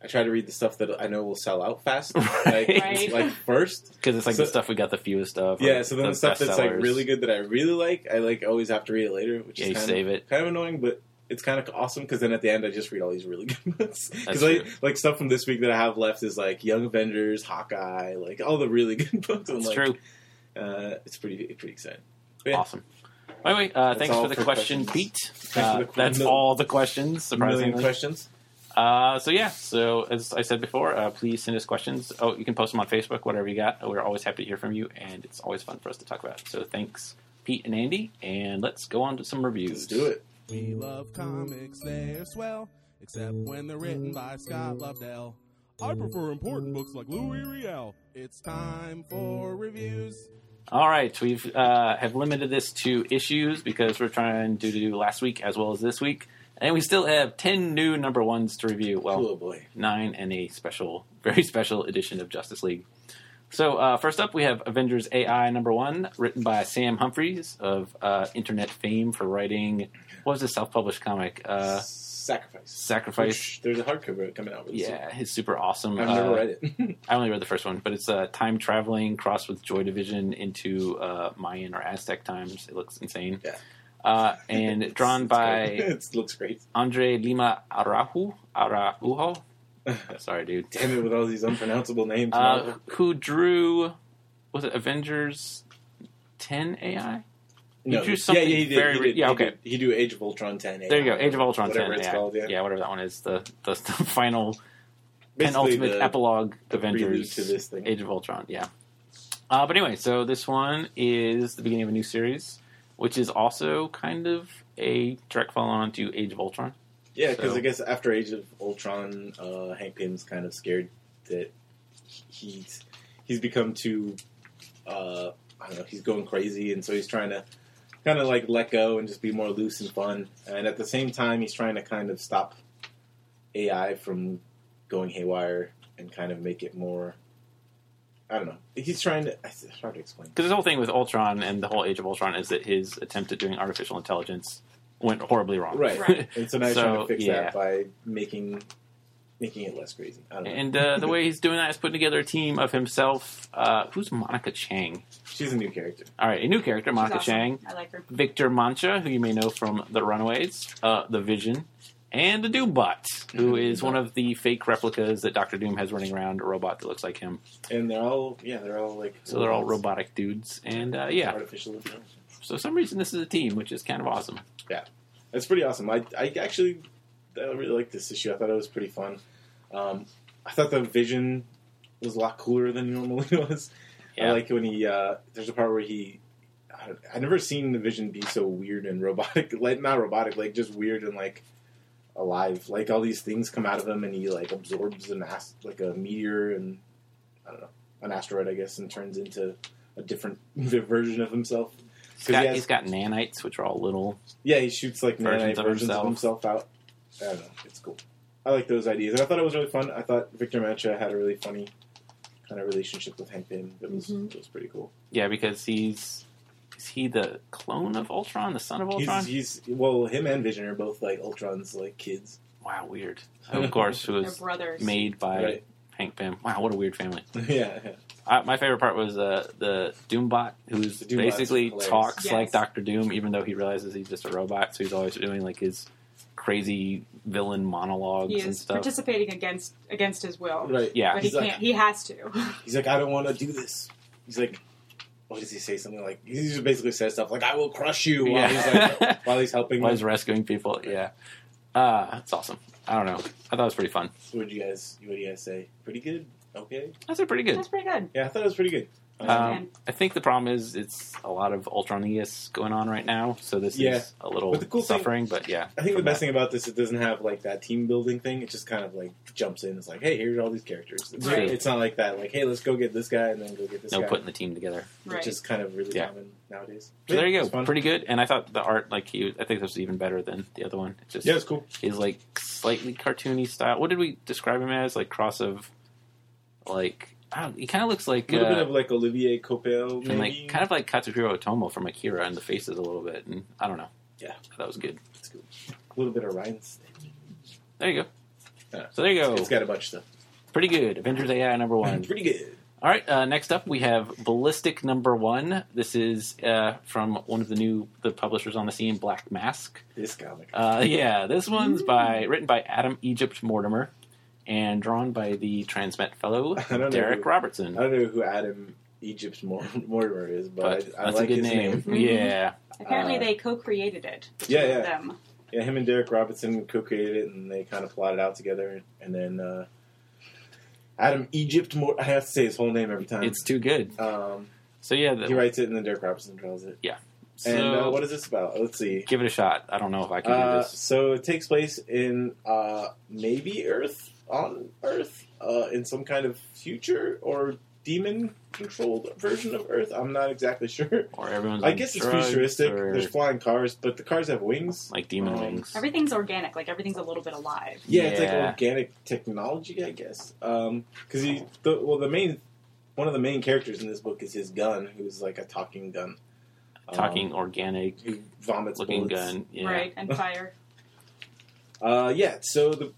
I try to read the stuff that I know will sell out
<laughs>
fast, like,
Right.
like first.
Because it's like
So-
the stuff we got the fewest of. or
Yeah, so then the, stuff that's like
bestsellers.
really good that I really like, I like always have to read it later, which
Yeah,
is
you
kind of,
save it.
kind of annoying, but it's kind of awesome because then at the end I just read all these really good <laughs> books.
That's
Because like,
true.
like stuff from this week that I have left is like Young Avengers, Hawkeye, like all the really <laughs> good books. I'm
It's
like,
true.
Uh, it's pretty pretty exciting. yeah.
Awesome. Anyway, uh,
That's
thanks
all
for the
for
question,
questions.
Pete.
for
Uh,
the qu-
that's
million-
all the questions,
Million
surprisingly.
questions.
Uh, so, yeah, so as I said before, uh, please send us questions. Oh, you can post them on Facebook, whatever you got. We're always happy to hear from you, and it's always fun for us to talk about. So, thanks, Pete and Andy, and let's go on to some reviews.
Let's do it.
We love comics, they're swell, except when they're written by Scott Lobdell. I prefer important books like Louis Riel. It's time for reviews.
All right, we've uh, have limited this to issues because we're trying to do last week as well as this week, and we still have ten new number ones to review. Well,
Oh boy.
nine and a special, <laughs> very special edition of Justice League. So uh, first up, we have Avengers AI number one, written by Sam Humphries of uh, internet fame for writing what was his self-published comic, uh,
Sacrifice.
Sacrifice.
Which, there's a hardcover coming out. Really
Yeah, his super awesome.
soon. I've never
uh,
read it. <laughs>
I only read the first one, but it's uh, time traveling crossed with Joy Division into uh, Mayan or Aztec times. It looks insane.
Yeah.
Uh, and
<laughs>
drawn
It's great.
by
it looks great. <laughs>
Andre Lima Araujo. Araujo? Sorry, dude.
Damn it with all these unpronounceable names.
Uh, who drew, was it Avengers 10 AI?
No,
drew something
yeah, yeah, he did.
very
he
re-
did.
yeah,
he
okay.
Did, he drew Age of Ultron ten.
There you go, Age of Ultron
whatever
10
it's
AI.
called. Yeah,
whatever that one is. The, the, <laughs> the final
Basically
penultimate
the
epilogue
prelude
Avengers
to this thing.
Age of Ultron. Yeah. Uh, but anyway, so this one is the beginning of a new series, which is also kind of a direct follow on to Age of Ultron.
Yeah, because
So-
I guess after Age of Ultron, uh, Hank Pym's kind of scared that he's he's become too. Uh, I don't know. He's going crazy, and so he's trying to kind of like let go and just be more loose and fun. And at the same time, he's trying to kind of stop AI from going haywire and kind of make it more. I don't know. He's trying to. It's hard to explain.
Because this whole thing with Ultron and the whole Age of Ultron is that his attempt at doing artificial intelligence went horribly wrong.
Right.
Right.
<laughs> And so now he's
So,
trying to fix
yeah.
that by making making it less crazy. I don't know.
and uh, the way he's doing that is putting together a team of himself. Uh, who's Monica Chang?
She's a new character.
All right, a new character, Monica
awesome.
Chang.
I like her.
Victor Mancha, who you may know from The Runaways, uh, The Vision, and the Doombot, who
Mm-hmm.
is one of the fake replicas that Doctor Doom has running around, a robot that looks like him.
And they're all yeah, they're all like
So they're all
robots,
robotic dudes. And uh, yeah,
artificial intelligence.
so for some reason this is a team, which is kind of awesome.
That's pretty awesome. I I actually I really liked this issue. I thought it was pretty fun. Um, I thought the Vision was a lot cooler than <laughs> he normally was. I
Yeah.
like when he uh, there's a part where he I don't- I've never seen the Vision be so weird and robotic, <laughs> like not robotic, like just weird and like alive. Like all these things come out of him, and he like absorbs an ast- like a meteor and I don't know an asteroid, I guess, and turns into a different <laughs> version of himself.
He's
'Cause
got,
he has-
he's got nanites, which are all little.
yeah, he shoots like
Versions
versions,
of
versions of
himself.
himself out. I don't know. It's cool. I like those ideas. And I thought it was really fun. I thought Victor Mancha had a really funny kind of relationship with Hank Pym. That was
Mhm.
that was pretty cool.
Yeah, because he's. Is he the clone of Ultron, the son of Ultron?
He's, he's well, him and Vision are both like Ultron's like kids.
wow, weird. And of course, who
They're
was
brothers.
made by
Right. <laughs>
Hank Pym. Wow, what a weird family.
yeah, yeah.
I, my favorite part was uh, the Doombot, who's
The Doombot's
basically
hilarious.
talks
Yes.
like Doctor Doom, even though he realizes he's just a robot. So he's always doing like his crazy villain monologues
He
and
is
stuff.
participating against against his will,
right.
Yeah.
but he
he's
can't.
like,
he has to. <laughs>
he's like, I don't want to do this. He's like, what does he say? Something like he just basically says stuff like, I will crush you. While
Yeah.
he's like, <laughs> while he's helping.
While he's
Them.
rescuing people, yeah, uh, that's awesome. I don't know. I thought it was pretty fun.
What do you guys? What do you guys say? Pretty good. Okay.
That's pretty good.
That's pretty good. Oh,
Yeah, I thought it was pretty good. Um,
Um, I think the problem is it's a lot of Ultronius going on right now, so this
Yeah.
is a little
But the cool thing-
suffering. but yeah,
I think the
from
best
that.
thing about this, it doesn't have like that team building thing. It just kind of like jumps in. It's like, hey, here's all these characters. It's,
Right.
it's not like that. Like, hey, let's go get this guy and then go get this
no
guy,
putting the team together.
which
Right.
is kind of really
Yeah.
common nowadays.
So there you
It's
go,
fun.
pretty good. And I thought the art, like he, I think this was even better than the other one. It's just
Yeah, it's cool.
is like slightly cartoony style. What did we describe him as? Like cross of, like I don't, he kind of looks like
A little
uh,
bit of like Olivier Coppel,
and
maybe.
like kind of like Katsuhiro Otomo from Akira in the faces a little bit, and I don't know.
Yeah.
that was good.
It's cool. A little bit of Ryan's.
There you go.
Yeah.
So there you go.
It's got a bunch of stuff.
Pretty good. Avengers AI number one.
Pretty good.
All right. Uh, next up, we have Ballistic number one. This is uh, from one of the new the publishers on the scene, Black Mask.
This comic.
Uh, yeah, this one's
Mm.
by written by Adam Egypt Mortimer and drawn by the Transmet
<laughs>
fellow
I don't know
Derek
who-
Robertson.
I don't know who Adam Egypt's Mor- Mortimer is, but,
but
I, I
that's
like
a good
his name.
name.
name.
Yeah,
Apparently,
Uh,
they co-created it. the two
Yeah,
of
yeah.
Them.
Yeah, him and Derek Robinson co-created it, and they kind of plotted out together. And then uh, Adam Egypt, Mor- I have to say his whole name every time.
it's too good.
um,
So yeah,
he
the,
writes it, and then Derek Robinson draws it.
so
and uh, what is this about? Let's see.
give it a shot. I don't know if I can do
Uh,
this.
so it takes place in uh, maybe Earth on Earth uh, in some kind of future or demon-controlled version of Earth. I'm not exactly <laughs> sure.
Or everyone's.
I
on
guess it's
drugs,
futuristic.
or,
There's flying cars, but the cars have wings.
like demon
um,
wings.
Everything's organic. Like everything's a little bit alive.
Yeah, it's like
Yeah.
organic technology, I guess. Because he, the, well, the main, one of the main characters in this book is his gun, who's like a talking gun, Um,
Talking organic
who vomits
looking
bullets.
gun. Yeah.
Right.
<laughs>
And fire.
Uh, yeah. So the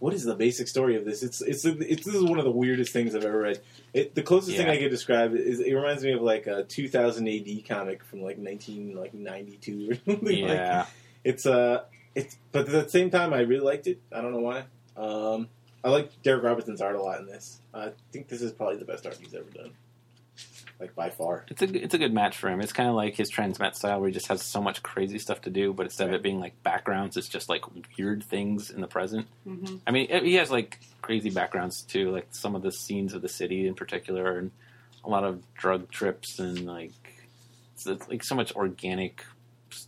what is the basic story of this? It's it's it's this is one of the weirdest things I've ever read. It, the closest thing
Yeah.
I could describe is it reminds me of like a 2000 AD comic from like 19 like 92 or <laughs> something. Like,
Yeah.
it's uh it's but at the same time I really liked it. I don't know why. Um I like Derek Robertson's art a lot in this. I think this is probably the best art he's ever done. Like by far.
It's a it's a good match for him. It's kind of like his Transmet style, where he just has so much crazy stuff to do. But instead of it being like backgrounds, it's just like weird things in the present.
hmm
I mean, he has like crazy backgrounds too, like some of the scenes of the city in particular, and a lot of drug trips and like it's, it's, like so much organic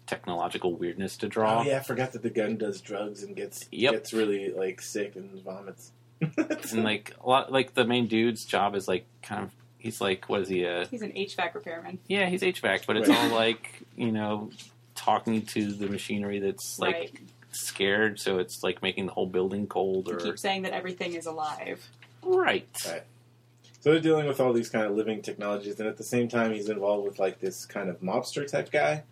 technological weirdness to draw.
Oh yeah, I forgot that the gun does drugs and gets
Yep.
gets really like sick and vomits. <laughs>
And like a lot, like the main dude's job is like kind of he's like, what is he? Uh,
He's an HVAC repairman.
yeah, he's HVAC, but it's
Right.
all like you know talking to the machinery that's like
right.
scared, so it's like making the whole building cold
He
or
keeps saying that everything is alive.
right.
Right. So they're dealing with all these kind of living technologies, and at the same time, he's involved with like this kind of mobster type guy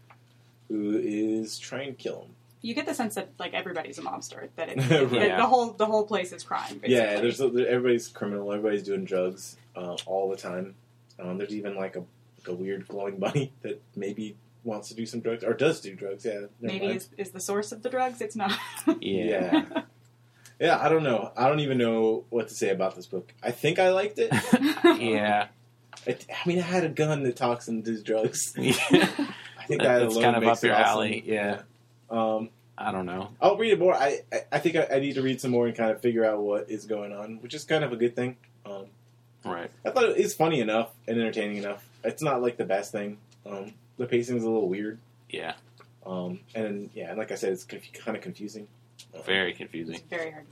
who is trying to kill him.
You get the sense that like everybody's a mobster. That
<laughs>
it,
Right.
that the whole the whole place is crime. Basically.
Yeah, there's there- everybody's criminal, everybody's doing drugs uh, all the time. Um, there's even like a, like a weird glowing <laughs> bunny that maybe wants to do some drugs or does do drugs. Yeah, never
maybe
mind.
is, is the source of the drugs.
<laughs>
It's not. <laughs>
Yeah. <laughs>
yeah, yeah. I don't know. I don't even know what to say about this book. I think I liked
<laughs>
it.
Yeah.
It, I mean, I had a gun that talks and does drugs.
<laughs> <laughs> Yeah.
I think that
That's
alone
kind of
makes
up your
it awesome.
alley. Yeah.
Um,
I don't know.
I'll read it more. I I, I think I, I need to read some more and kind of figure out what is going on, which is kind of a good thing. Um,
Right.
I thought it was funny enough and entertaining enough. It's not like the best thing. Um, the pacing's a little weird.
Yeah.
Um, and yeah, and like I said, it's conf- kind of confusing. Um,
Very confusing.
it's very hard.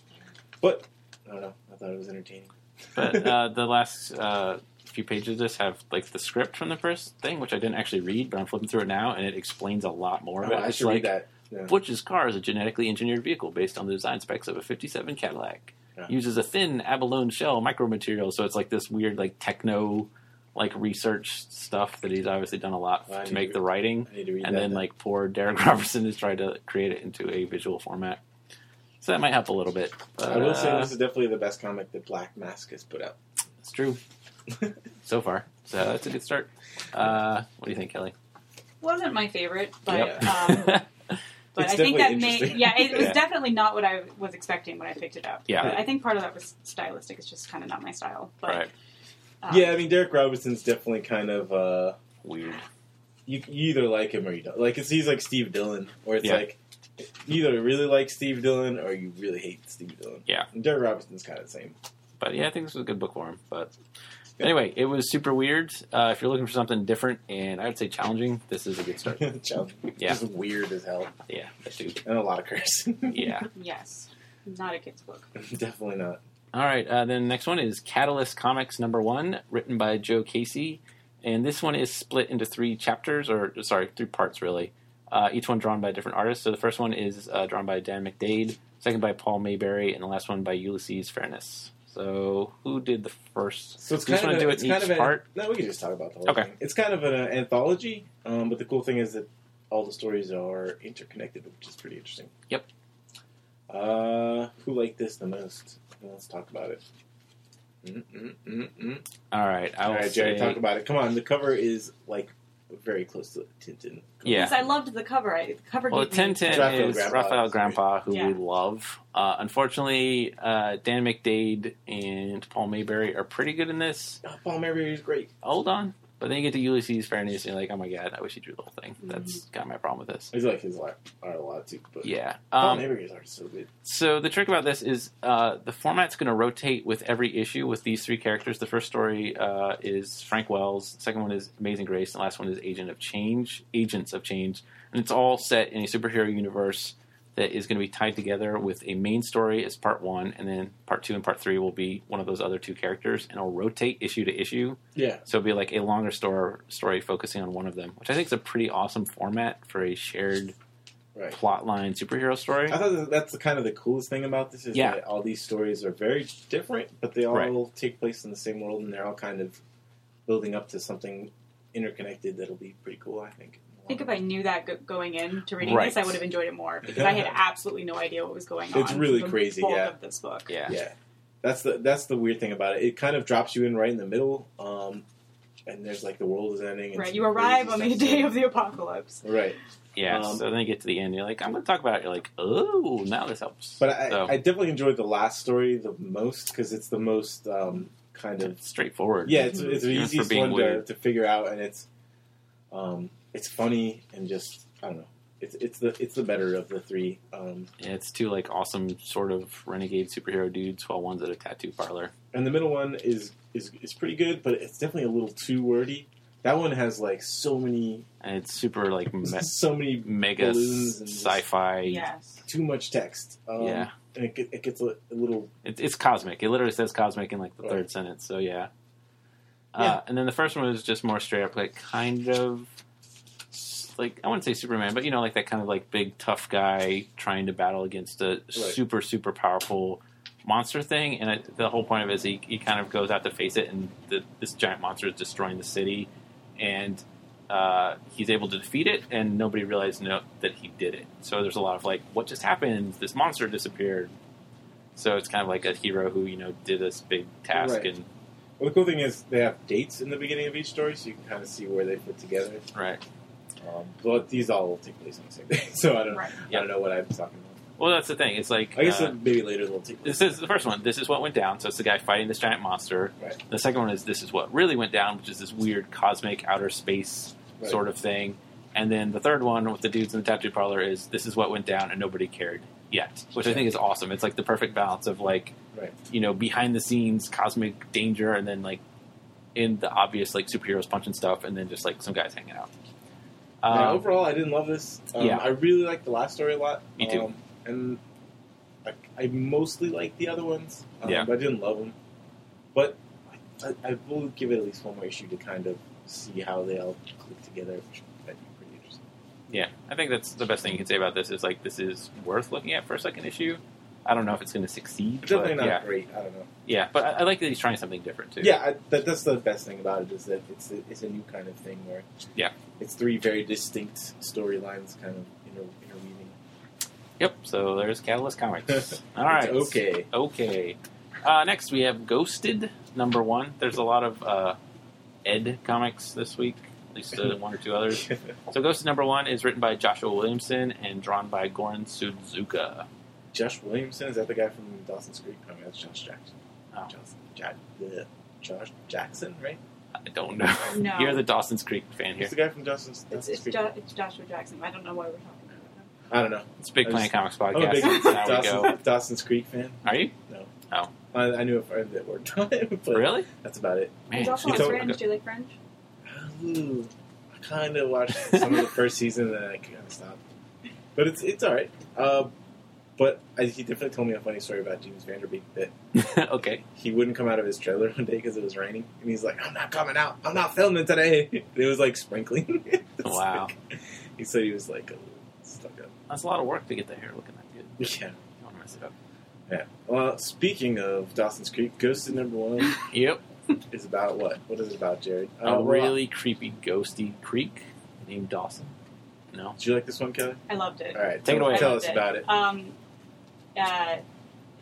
But I don't know. I thought it was entertaining.
But uh, the last uh, few pages of this have like the script from the first thing, which I didn't actually read, but I'm flipping through it now, and it explains a lot more.
I,
about it.
Oh, I
It's
should
like,
read that. Yeah.
Butch's car is a genetically engineered vehicle based on the design specs of a 57 Cadillac.
Yeah.
Uses a thin abalone shell micromaterial, so it's like this weird like techno like research stuff that he's obviously done a lot
Well, I
to
need
make
to-
the writing.
I need to read
And
that.
then like poor Derek <laughs> Robertson has tried to create it into a visual format. So that might help a little bit. But,
I will say
uh,
this is definitely the best comic that Black Mask has put out.
it's true <laughs> so far. So that's a good start. Uh, what do you think, Kelly?
Wasn't my favorite, but
Yep.
um, but
It's
I think that
definitely
made
interesting.
yeah, it was
Yeah.
definitely not what I was expecting when I picked it up.
<laughs> Yeah.
But I think part of that was stylistic. It's just kind of not my style. But,
right.
um,
yeah, I mean, Derek Robinson's definitely kind of. Uh,
Weird.
you, you either like him or you don't. Like it's he's like Steve Dillon, where it's
Yeah.
like you either really like Steve Dillon or you really hate Steve Dillon.
Yeah.
and Derek Robinson's kind of the same.
But yeah, I think this was a good book for him. But anyway, it was super weird. Uh, if you're looking for something different and I would say challenging, this is a
<laughs>
good start.
Child-
Yeah.
just weird as hell,
yeah, that too.
and a lot of <laughs> cursing.
Yeah.
Yes, not a kid's book.
Definitely not.
All right. Uh, then the next one is Catalyst Comics number one, written by Joe Casey, and this one is split into three chapters, or sorry, three parts really. Uh, each one drawn by a different artist. So the first one is uh, drawn by Dan McDade, second by Paul Mayberry, and the last one by Ulysses Fairness. So who did the first?
So it's
You
kind
just wanna
of
do it
it's
in
kind
each
of an-
part?
No, we can just talk about the whole
Okay.
thing. It's kind of an uh, anthology, um, but the cool thing is that all the stories are interconnected, which is pretty interesting.
Yep.
Uh, who liked this the most? Let's talk about it. mm mm mm mm.
All right. I
All
will
right, Jerry,
say-
talk about it. Come on, the cover is like very close to Tintin.
Yeah.
Because I loved the cover. I, the cover
Well,
gave me-
Tintin
Raphael
is
Grandpa.
Raphael Grandpa, who
Yeah.
we love. Uh, unfortunately, uh, Dan McDade and Paul Mayberry are pretty good in this.
Oh, Paul Mayberry is great.
Hold on. But then you get to Ulysses Fairness, and you're like, oh my god, I wish he drew the whole thing. That's kind of my problem with this.
He's like his art, art a lot too. But
Yeah.
Paul
Um,
Mayberry's art is so good.
so the trick about this is uh, the format's going to rotate with every issue with these three characters. The first story uh, is Frank Wells, the second one is Amazing Grace, and the last one is Agent of Change, Agents of Change, and it's all set in a superhero universe that is going to be tied together with a main story as part one, and then part two and part three will be one of those other two characters, and it'll rotate issue to issue.
Yeah,
So it'll be like a longer stor story focusing on one of them, which I think is a pretty awesome format for a shared
right.
plotline superhero story.
I thought that that's the kind of the coolest thing about this is
Yeah.
that all these stories are very different, but they all
Right.
take place in the same world, and they're all kind of building up to something interconnected that'll be pretty cool. I think.
I think if I knew that go- going in to reading
Right.
this, I would have enjoyed it more
<laughs>
because I had absolutely no idea what was going on.
It's really
the
crazy,
Bulk
yeah.
of this book.
Yeah.
yeah that's the that's the weird thing about it it kind of drops you in right in the middle um and there's like the world is ending and
Right,
some
you
crazy
arrive on the
stuff.
day of the apocalypse.
right
Yeah.
Um,
so then you get to the end, you're like, I'm going to talk about it. You're like, oh, now this helps.
but i
So-
i definitely enjoyed the last story the most because it's the most um kind of
It's straightforward.
yeah it's it's the
Even for
easiest
being
one to,
weird.
to figure out and it's um it's funny and just i don't know it's it's the it's the better of the three um
Yeah, It's two like awesome sort of renegade superhero dudes while one's at a tattoo parlor.
and the middle one is is is pretty good but it's definitely a little too wordy that one has like so many
And it's super like me-
so many
mega
balloons
s-
and just-
sci-fi.
Yes.
too much text. Um,
Yeah.
and it, get- it gets a, a little.
It, it's cosmic. It literally says cosmic in like the
Right.
third sentence. So yeah. Uh, and then the first one was just more straight up, like kind of like I wouldn't say Superman, but you know, like that kind of like big tough guy trying to battle against a super super powerful monster thing. And I, the whole point of it is he, he kind of goes out to face it, and the, this giant monster is destroying the city, and uh, he's able to defeat it, and nobody realized no, that he did it. So there's a lot of like, what just happened? This monster disappeared. So it's kind of like a hero who you know did this big task
Right.
and
Well, the cool thing is they have dates in the beginning of each story, so you can kind of see where they fit together.
right.
Um, but these all will take place on the same <laughs> day, so I don't,
Right.
I don't know what I'm talking about.
Well, that's the thing. It's like
I guess
uh,
then maybe later they'll take place.
this is the first one. This is what went down. So it's the guy fighting this giant monster.
Right.
The second one is this is what really went down, which is this weird cosmic outer space
Right.
sort of thing. And then the third one with the dudes in the tattoo parlor is this is what went down and nobody cared yet, which I think is awesome. It's like the perfect balance of like
Right.
you know behind the scenes cosmic danger and then like in the obvious like superheroes punching stuff and then just like some guys hanging out.
Now,
Um,
overall, I didn't love this. Um,
yeah.
I really liked the last story a lot.
Me too.
Um, and I, I mostly liked the other ones. Um,
Yeah.
But I didn't love them. But I, I will give it at least one more issue to kind of see how they all click together. Which that'd be pretty interesting.
Yeah, I think that's the best thing you can say about this is like this is worth looking at for a second issue. I don't know if it's going to succeed.
It's definitely
but
not
yeah,
great. I don't know.
yeah, but I, I like that he's trying something different too.
Yeah, I, that, that's the best thing about it is that it's a, it's a new kind of thing where
Yeah.
it's three very distinct storylines kind of inter, interweaving.
Yep. So there's
<laughs>
Catalyst Comics. All right.
It's okay.
Okay. Uh, next we have Ghosted number one. There's a lot of uh, Ed comics this week, at least uh, one or two others.
<laughs>
So Ghosted number one is written by Joshua Williamson and drawn by Goran Sudzuka.
Josh Williamson is that the guy from Dawson's Creek? I mean, that's Josh Jackson.
Oh.
Josh, Jack, uh, Josh Jackson, right?
I don't know.
No.
You're the Dawson's Creek fan here.
It's the guy from Dawson's,
It's,
Dawson's
it's,
Creek.
jo- it's Joshua Jackson. I don't know why we're talking about
I don't know.
It's a Big
I
Planet
just-
Comics
I'm a
podcast.
big
That's how we go.
Dawson, Dawson's Creek fan.
Are you?
No.
Oh.
I, I knew a friend that <laughs> worked on it, but
really?
that's about it.
him. He's also
she
on
told-
Fringe. Do you like Fringe?
Ooh, I kind of watched some of the first season and then I kind of stopped. But it's it's all right. Uh, but I, he definitely told me a funny story about James Vanderbeek that
<laughs> okay.
he wouldn't come out of his trailer <laughs> one day because it was raining, and he's like, "I'm not coming out. I'm not filming today." <laughs> It was like sprinkling. <laughs> It's
Wow.
like- he said he was like a little stuck up.
That's a lot of work to get the hair looking that good.
Yeah.
You don't want to mess it up.
Well, speaking of Dawson's Creek, Ghosted Number
<laughs>
One
Yep.
is about what? What is it about, Jared? Uh,
A
well,
Oh, really creepy, ghosty creek named Dawson. No.
Did you like this one, Kelly?
I loved it.
All right,
Take it
tell-
away.
Tell
I
us
loved
about it.
Um, uh,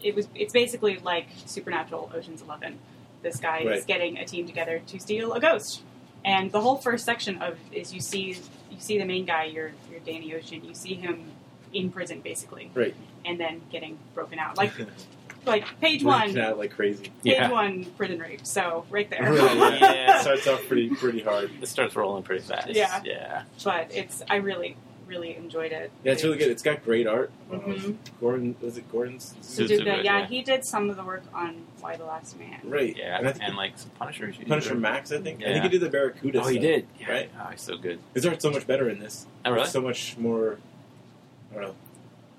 it was. It's basically like Supernatural, Ocean's Eleven. This guy is
Right.
getting a team together to steal a ghost, and the whole first section of is you see you see the main guy, your your Danny Ocean. You see him in prison basically,
Right.
and then getting broken out.
<laughs>
Like like page one,
Working out like
<laughs>
crazy.
page
Yeah.
one, prison rape. So right there. <laughs>
Really, <laughs>
Yeah.
It starts off pretty pretty hard.
It starts rolling pretty fast.
Yeah.
Yeah.
but it's I really really enjoyed it.
Yeah, it's really good. It's got great art.
Mhm.
Um, Gordon, was it Gordon's?
So-
Suzuka,
Suzuka,
yeah,
yeah.
he did some of the work on Why the Last Man.
Right.
Yeah.
And I
And,
think
like some Punisher issues.
Punisher Max, I think. I
Yeah.
think he did the Barracuda.
Oh, he
stuff.
did. Yeah.
Right.
Oh, he's so good.
His art's so much better in this.
Oh, really?
It's so much more. I don't know.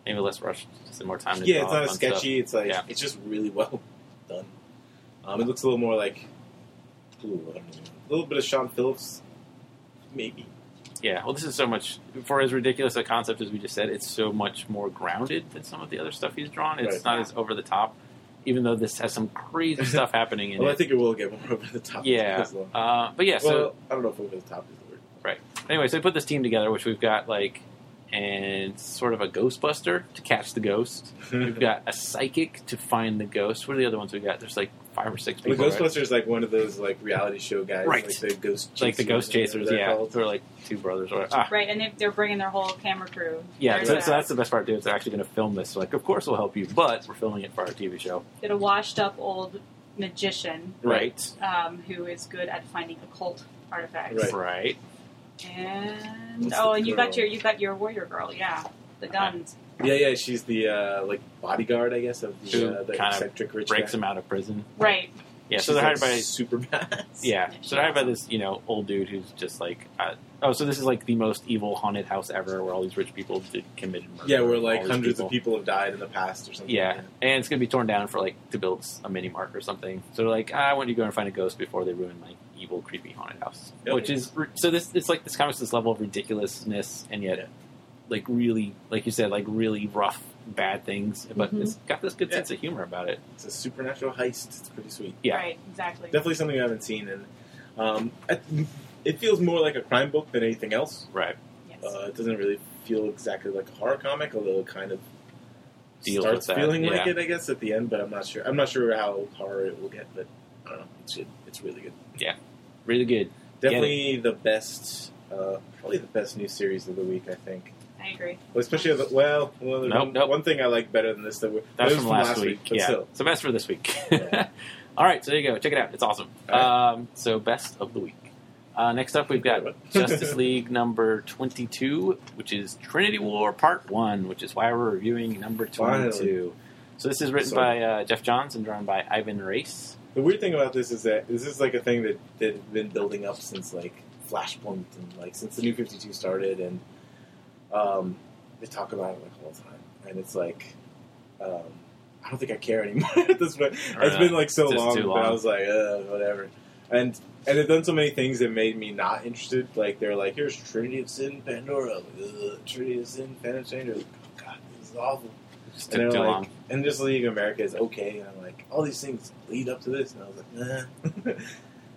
Maybe less rushed. Just more time to
Yeah,
draw
it's not
up
as
on stuff.
sketchy. It's like
Yeah.
it's just really well <laughs> done. Um, it looks a little more like ooh, I don't know, a little bit of Sean Phillips, maybe.
Yeah, well, this is so much for as ridiculous a concept as we just said. It's so much more grounded than some of the other stuff he's drawn. It's
Right.
not as over the top, even though this has
<laughs>
some crazy stuff happening in
Well, I
it.
think it will get more <laughs> over the top.
Yeah.
as well.
uh, but yeah, so
well, I don't know if over the top is the word.
anyway, so we put this team together, which we've got like and sort of a Ghostbuster to catch the ghost. We've <laughs> got a psychic to find the ghost. What are the other ones we got? There's like five or six
The
people. right?
Ghostbusters is like one of those like reality show guys,
Right.
like the ghost,
Like the ghost
chasers,
chasers,
whatever they're
yeah.
called.
They're like two brothers or whatever. Ah,
Right, and they, they're bringing their whole camera crew.
yeah,
There's
so,
a-
so that's the best part, dude. is They're actually going to film this. So, like, of course we'll help you, but we're filming it for our TV show.
Get a washed up old magician
Right.
um, who is good at finding occult artifacts.
Right.
Right.
And
What's
oh,
the
and you
girl?
got your you got your warrior girl, yeah, the guns.
Yeah, yeah. She's the uh, like bodyguard, I guess, of
Who
the, uh, the
kinda
eccentric rich
Breaks
guy.
him out of prison.
Right,
Yeah,
She's
so they're
like
hired <laughs> by
super badass.
<laughs> yeah,
she's
so they're hired by
awesome.
this you know old dude who's just like uh, oh, so this is like the most evil haunted house ever, where all these rich people did committed murder.
Yeah, where
All
like
these
hundreds of people have died in the past or something.
Yeah, and it's gonna be torn down for like to build s- a mini mart or something. So they're like, ah, I want you to go and find a ghost before they ruin my evil, creepy haunted house,
Yep.
which is ri- so. This it's like this comics this level of ridiculousness, and yet, like really, like you said, like really rough, bad things. But
Mhm.
it's got this good
Yeah.
sense of humor about it.
It's a supernatural heist. It's pretty sweet.
Yeah.
Right, exactly.
Definitely something I haven't seen, and um, I, it feels more like a crime book than anything else.
Right.
Yes.
Uh, it doesn't really feel exactly like a horror comic, although it kind of
Deals
starts
with that,
feeling like
yeah.
it, I guess, at the end. But I'm not sure. I'm not sure how horror it will get, but I don't know. It's good. It's really good.
Really good. Get it.
Definitely the best. Uh, probably the best new series of the week, I think.
I agree.
Well, especially the, well, well there's
Nope,
one,
nope.
one thing I like better than this. That was
That's
was
from last, week.
but
yeah.
still.
So best for this week.
Yeah.
<laughs> All right. So there you go. Check it out. It's awesome.
All right.
Um, so best of the week. Uh, next up, we've got
Good one. <laughs>
Justice League number 22, which is Trinity War Part 1, which is why we're reviewing number 22.
Finally.
So this is written
So-
by uh, Jeff Johns and drawn by Ivan Race.
The weird thing about this is that this is like a thing that that had been building up since like Flashpoint and like since the New Fifty Two started, and um, they talk about it like all the time, and it's like um, I don't think I care anymore <laughs> at this point.
Or,
It's been
uh,
like so
just
long,
too
that I
long.
was like uh, whatever, and and they've done so many things that made me not interested. Like they're like here's Trinity of Sin, Pandora, Ugh, Trinity of Sin, Phantom Stranger. Like, oh, God, this is awful.
It just
And they're
took too
like,
long.
And this League of America is okay. And I'm like, all these things lead up to this. And I was like, nah. <laughs>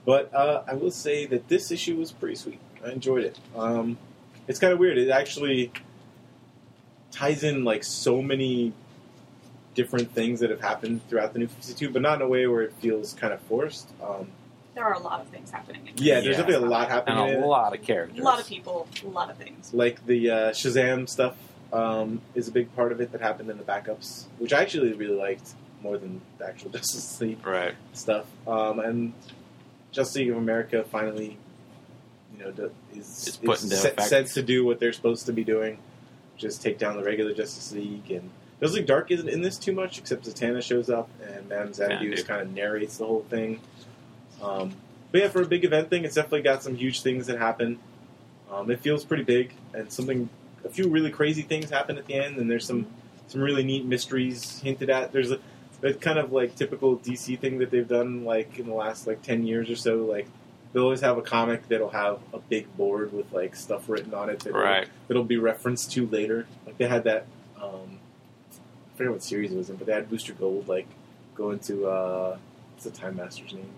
but uh, I will say that this issue was pretty sweet. I enjoyed it. Um, it's kind of weird. It actually ties in like so many different things that have happened throughout the New 52, but not in a way where it feels kind of forced. Um,
There are a lot of things happening. in
yeah,
this.
there's
Yeah.
definitely a lot
And
happening. in
a
it.
lot of characters.
A lot of people, a lot of things.
like the uh, Shazam stuff um, is a big part of it that happened in the backups, which I actually really liked more than the actual <laughs> Justice League
Right.
stuff. Um, and Justice League of America finally, you know, do, is,
It's put
is
into
se-
effect.
said to do what they're supposed to be doing, just take down the regular Justice League. And Justice League Dark isn't in this too much, except Zatanna shows up and Madame Xanadu
Xanadu.
just kind of narrates the whole thing. Um, but yeah, for a big event thing, it's definitely got some huge things that happen. Um, it feels pretty big, and something, a few really crazy things happen at the end, and there's some some really neat mysteries hinted at. There's a, the kind of like typical DC thing that they've done like in the last like ten years or so. Like they'll always have a comic that'll have a big board with like stuff written on it that
Right.
that'll be referenced to later. Like they had that, um, I forget what series it was in, but they had Booster Gold like go into uh, what's the Time Master's name,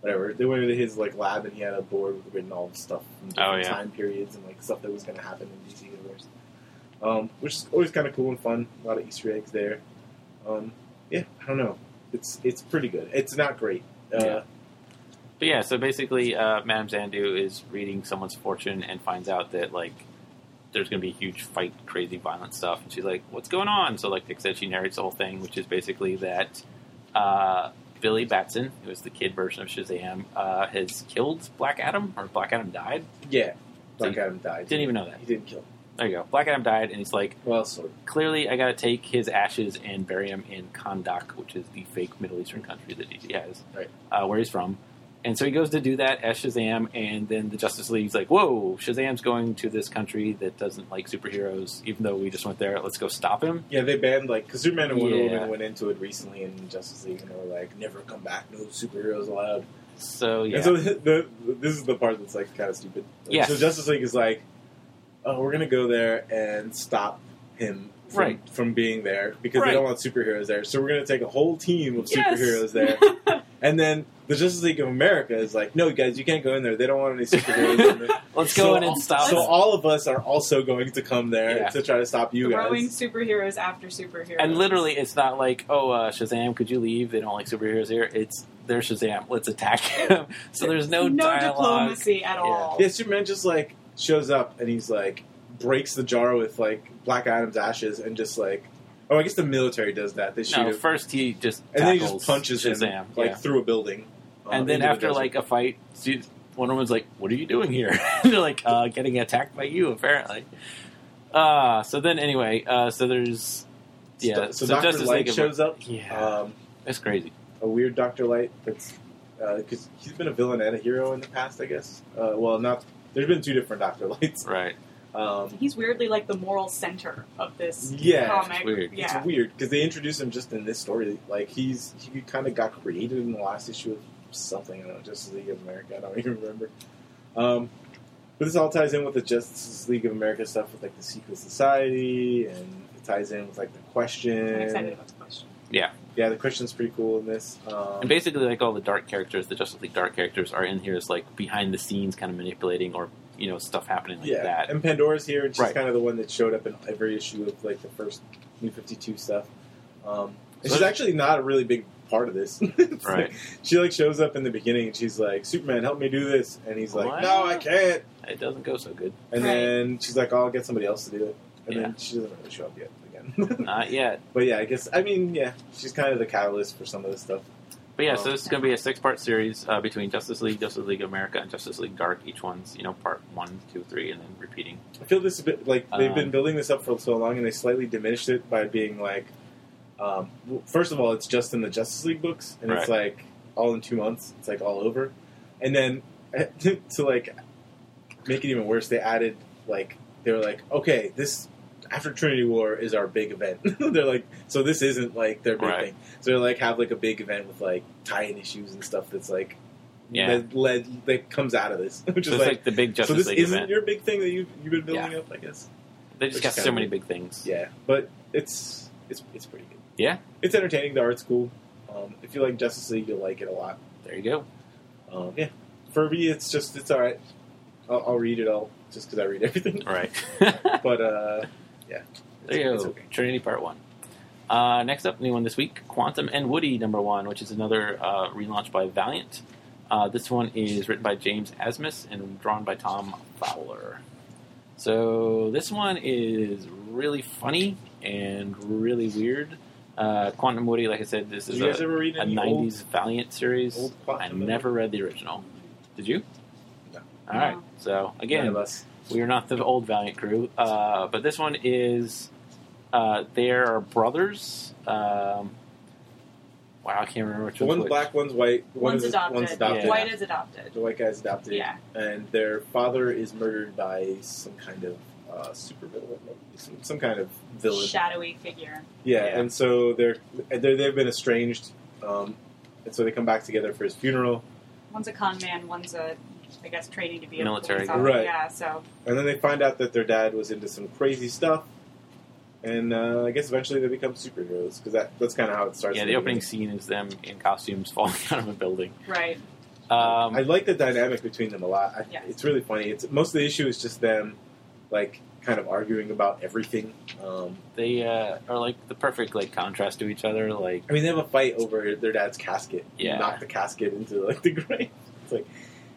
whatever. They went into his like lab and he had a board with written all the stuff from different
Oh, yeah.
time periods and like stuff that was going to happen in DC universe, um, which is always kind of cool and fun. A lot of Easter eggs there. Um, yeah, I don't know. It's it's pretty good. It's not great. Uh,
Yeah. But yeah, so basically, uh, Madame Zandu is reading someone's fortune and finds out that like there's going to be a huge fight, crazy, violent stuff, and she's like, "What's going on?" So like Dick said, she narrates the whole thing, which is basically that uh, Billy Batson, who is the kid version of Shazam, uh, has killed Black Adam, or Black Adam died.
yeah. Black
So
Adam died.
Didn't even know that.
He didn't kill. Him.
There you go. Black Adam died, and he's like,
Well, sort of.
"Clearly, I got to take his ashes and bury him in Kandak, which is the fake Middle Eastern country that DC has,
Right.
uh, where he's from." And so he goes to do that as Shazam, and then the Justice League's like, "Whoa, Shazam's going to this country that doesn't like superheroes, even though we just went there. Let's go stop him."
Yeah, they banned like because Superman and Wonder
Yeah.
Woman went into it recently in Justice League, and they were like, "Never come back, no superheroes allowed."
So Oh, yeah,
And so <laughs> the, this is the part that's like kind of stupid. Like,
Yes.
So Justice League is like, "Oh, we're gonna go there and stop him from,
Right.
from being there because
Right.
they don't want superheroes there. So we're gonna take a whole team of
Yes!
superheroes there."
<laughs>
<laughs>
and then the Justice League of America is like, "No, guys, you can't go in there. They don't want
<laughs>
any superheroes." in there.
let's
so
go in
all-
and stop.
So
him.
all of us are also going to come there
Yeah.
to try to stop you
Throwing
guys.
superheroes after superheroes.
and literally, it's not like, "Oh, uh, Shazam, could you leave? They don't like superheroes here." It's they're Shazam. Let's attack him. <laughs> so there's no,
no
dialogue.
diplomacy at
Yeah.
all.
Yeah, Superman just like shows up and he's like breaks the jar with like Black Adam's ashes and just like oh I guess the military does that they shoot
No,
him
first he just
and then he
tackles
just punches
Shazam,
him like
yeah.
through a building um,
and then
into the
after
desert.
like a fight, she, Wonder Woman's like, "What are you doing here?" <laughs> They're like, uh, "Getting attacked by you, apparently." Uh, so then anyway, uh, so there's yeah,
so, so,
so
Doctor
Justice
Light
League of-
shows up
yeah,
um,
it's crazy.
a weird Doctor Light that's because he's been a villain and a hero in the past I guess uh, well not there's been two different Doctor Lights
Right,
um,
He's weirdly like the moral center of this
Yeah,
comic.
it's weird.
Yeah.
It's weird because they introduce him just in this story. Like he's he kind of got created in the last issue of something. I don't know, Justice League of America. I don't <laughs> even remember. Um, but this all ties in with the Justice League of America stuff with like the secret society, and it ties in with like the question.
I'm excited about the question.
Yeah, the question's pretty cool in this. Um,
And basically, like all the dark characters, the Justice League dark characters are in here as like behind the scenes, kind of manipulating or you know stuff happening like
yeah,
that.
and Pandora's here, and she's
Right.
kind of the one that showed up in every issue of like the first New Fifty Two stuff. Um, and
So-
she's actually not a really big part of this. <laughs> It's like,
Right?
she like shows up in the beginning, and she's like, "Superman, help me do this," and he's like,
What?
"No, I can't."
It doesn't go so good.
And
Right.
then she's like, "I'll get somebody else to do it," and
Yeah.
then she doesn't really show up yet again.
Not yet.
<laughs> but yeah, I guess I mean, yeah, she's kind of the catalyst for some of this stuff.
But yeah,
Um,
so this is going to be a six-part series uh, between Justice League, Justice League America, and Justice League Dark. Each one's you know part one, two, three, and then repeating.
I feel this a bit like they've been
Um,
building this up for so long, and they slightly diminished it by being like, um, well, first of all, it's just in the Justice League books, and it's like all in two months. It's like all over, and then <laughs> to like make it even worse, they added like they were like, okay, this after Trinity War is our big event. <laughs> they're like, so this isn't like their big
Right.
thing. So they like have like a big event with like tie-in issues and stuff that's like
Yeah.
that led that comes out of this, <laughs> which
So
is
it's like, the big
so
Justice
this
League
isn't
event.
your big thing that you you've been building up, I guess.
They just
which
got
is kinda
so many
weird.
big things.
Yeah, but it's it's it's pretty good.
Yeah.
it's entertaining. The art's cool. Um, if you like Justice League, you'll like it a lot.
There you go.
Um, yeah, for me, it's just it's all right. I'll, I'll read it all just because I read <laughs> everything.
All right. <laughs> there
But uh, yeah, it's,
you
it's
go.
okay.
Trinity Part One. Uh, next up, new one this week: Quantum and Woody Number One, which is another uh, relaunch by Valiant. Uh, this one is written by James Asmus and drawn by Tom Fowler. So this one is really funny and really weird. Uh, Quantum Woody, like I said, <laughs> this
Did
is
you guys
a,
ever read
a
any old,
'90s Valiant series.
old
I
Quantum?
never read the original. Did you?
No.
All right. So
None
again,
of us.
we are not the old Valiant crew, uh, but this one is uh, they are brothers. Um, wow, I can't remember which
One's
which.
black, one's white.
One's, adopted.
One's adopted.
Yeah.
White is adopted.
The white guy's adopted.
Yeah.
and their father is murdered by some kind of uh, supervillain, maybe? some, some kind of villain.
Shadowy figure.
Yeah,
Yeah.
and so they're, they're they've been estranged, um, and so they come back together for his funeral,
One's a con man. One's a, I guess, training to be a
Military
police officer.
guy. Right.
Yeah. So
and then they find out that their dad was into some crazy stuff, and uh, I guess eventually they become superheroes because that, that's kind of how it starts.
Yeah,
in
the opening
beginning.
scene is them in costumes <laughs> falling out of a building.
right.
Um,
I like the dynamic between them a lot. I,
Yeah.
It's really funny. It's most of the issue is just them, like kind of arguing about everything. Um,
they uh, are like the perfect like contrast to each other. Like
I mean, they have a fight over their dad's casket.
Yeah.
knock the casket into like the <laughs> grave. It's like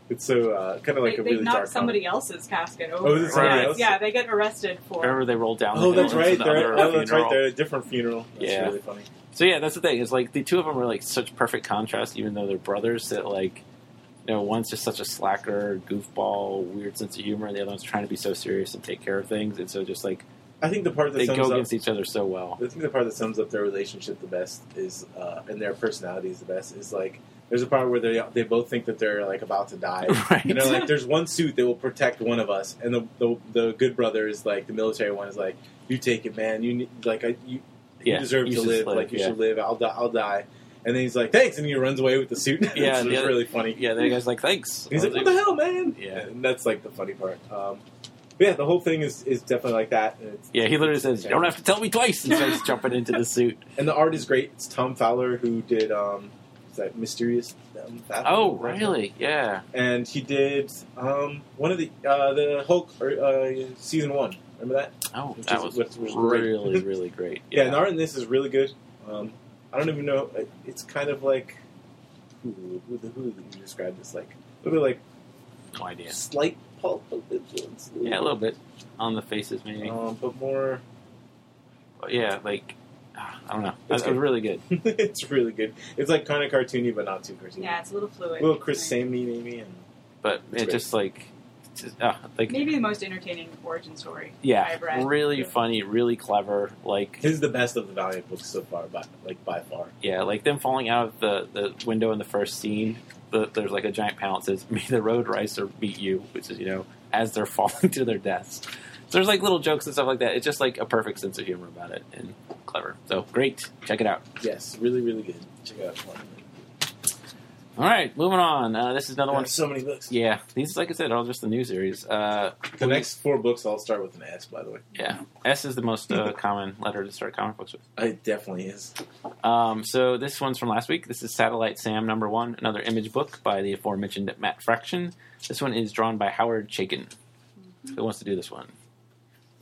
it's so uh, kind of like
they
a
they
really
knocked
dark.
somebody else's casket over.
Oh, is it somebody
yeah,
else?
yeah, they get arrested for.
remember they roll down.
Oh,
the
that's
hill
right.
into the
They're,
other
oh, that's right.
funeral.
They're at a different funeral. That's
Yeah.
really funny.
So yeah, that's the thing. Is like the two of them are like such perfect contrast, even though they're brothers. That like, you know, one's just such a slacker, goofball, weird sense of humor, and the other one's trying to be so serious and take care of things. And so just like
I think the part that
they
sums
go
up,
against each other
<laughs>
so well.
I think the part that sums up their relationship the best is, uh, and their personality is the best is like there's a part where they they both think that they're like about to die.
Right.
And they're like, there's one suit that will protect one of us, and the the, the good brother is like the military one is like, you take it, man. You need, like I, you,
Yeah,
you deserve
you
to
should
live.
live,
Like you
yeah.
should live. I'll die. I'll die. And then he's like, thanks, and he runs away with the suit. <laughs>
Yeah,
it's
the other-
really funny.
yeah, the guy's like, thanks.
He's
I
like,
was
"What the hell, man?"
Yeah.
and that's like the funny part. Um, but yeah, the whole thing is, is definitely like that. And, it's,
yeah, he literally says, "You don't have to tell me twice," and starts jumping into
<laughs>
the suit.
and the art is great. It's Tom Fowler who did um, is that mysterious. Um, Fowler?
Oh, really? Yeah.
And he did um, one of the uh, the Hulk uh, season one. Remember that?
Oh,
Which
that
is-
was
which was great. <laughs>
really, really great.
Yeah, and the art in this is really good. Um, I don't even know. it- It's kind of like who who, who you described as like a little bit
no
like
idea.
slight pulp influence.
Yeah, a little bit on the faces, maybe.
um, but more.
But yeah, like ah, I don't know. That
Oh. That's
that was
good.
really good.
<laughs> it's really good. It's like kind of cartoony, but not too cartoony.
Yeah, it's a little fluid.
little Chris
Like,
Samney maybe, and
but
It's
it
great.
just like it's just, uh, like
Maybe the most entertaining origin story.
yeah
I've read.
really
Yeah.
funny really clever like
his is the best of the Valiant books so far, by like by far.
yeah like them falling out of the, the window in the first scene the, there's like a giant panel that says may the road ricer beat you which is you know as they're <laughs> falling to their deaths so there's like little jokes and stuff like that it's just like a perfect sense of humor about it and clever so great check it out
Yes, really, really good. Check it out.
All right, moving on. Uh, this is another one.
There's so many books.
Yeah, these, like I said, are all just the new series. Uh,
The next four books all start with an S, by the way.
yeah, S is the most
<laughs>
uh, common letter to start comic books with.
It definitely is.
Um, so this one's from last week. This is Satellite Sam number one, another image book by the aforementioned Matt Fraction. This one is drawn by Howard Chaikin.
Mm-hmm.
Who wants to do this one?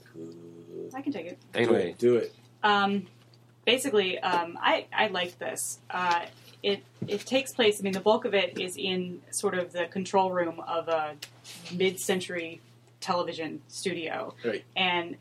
Take
I can take it.
Take it
do
away.
it. Do it.
Um, basically, um, I I like this. Uh, it it takes place. I mean, the bulk of it is in sort of the control room of a mid-century television studio,
Right.
and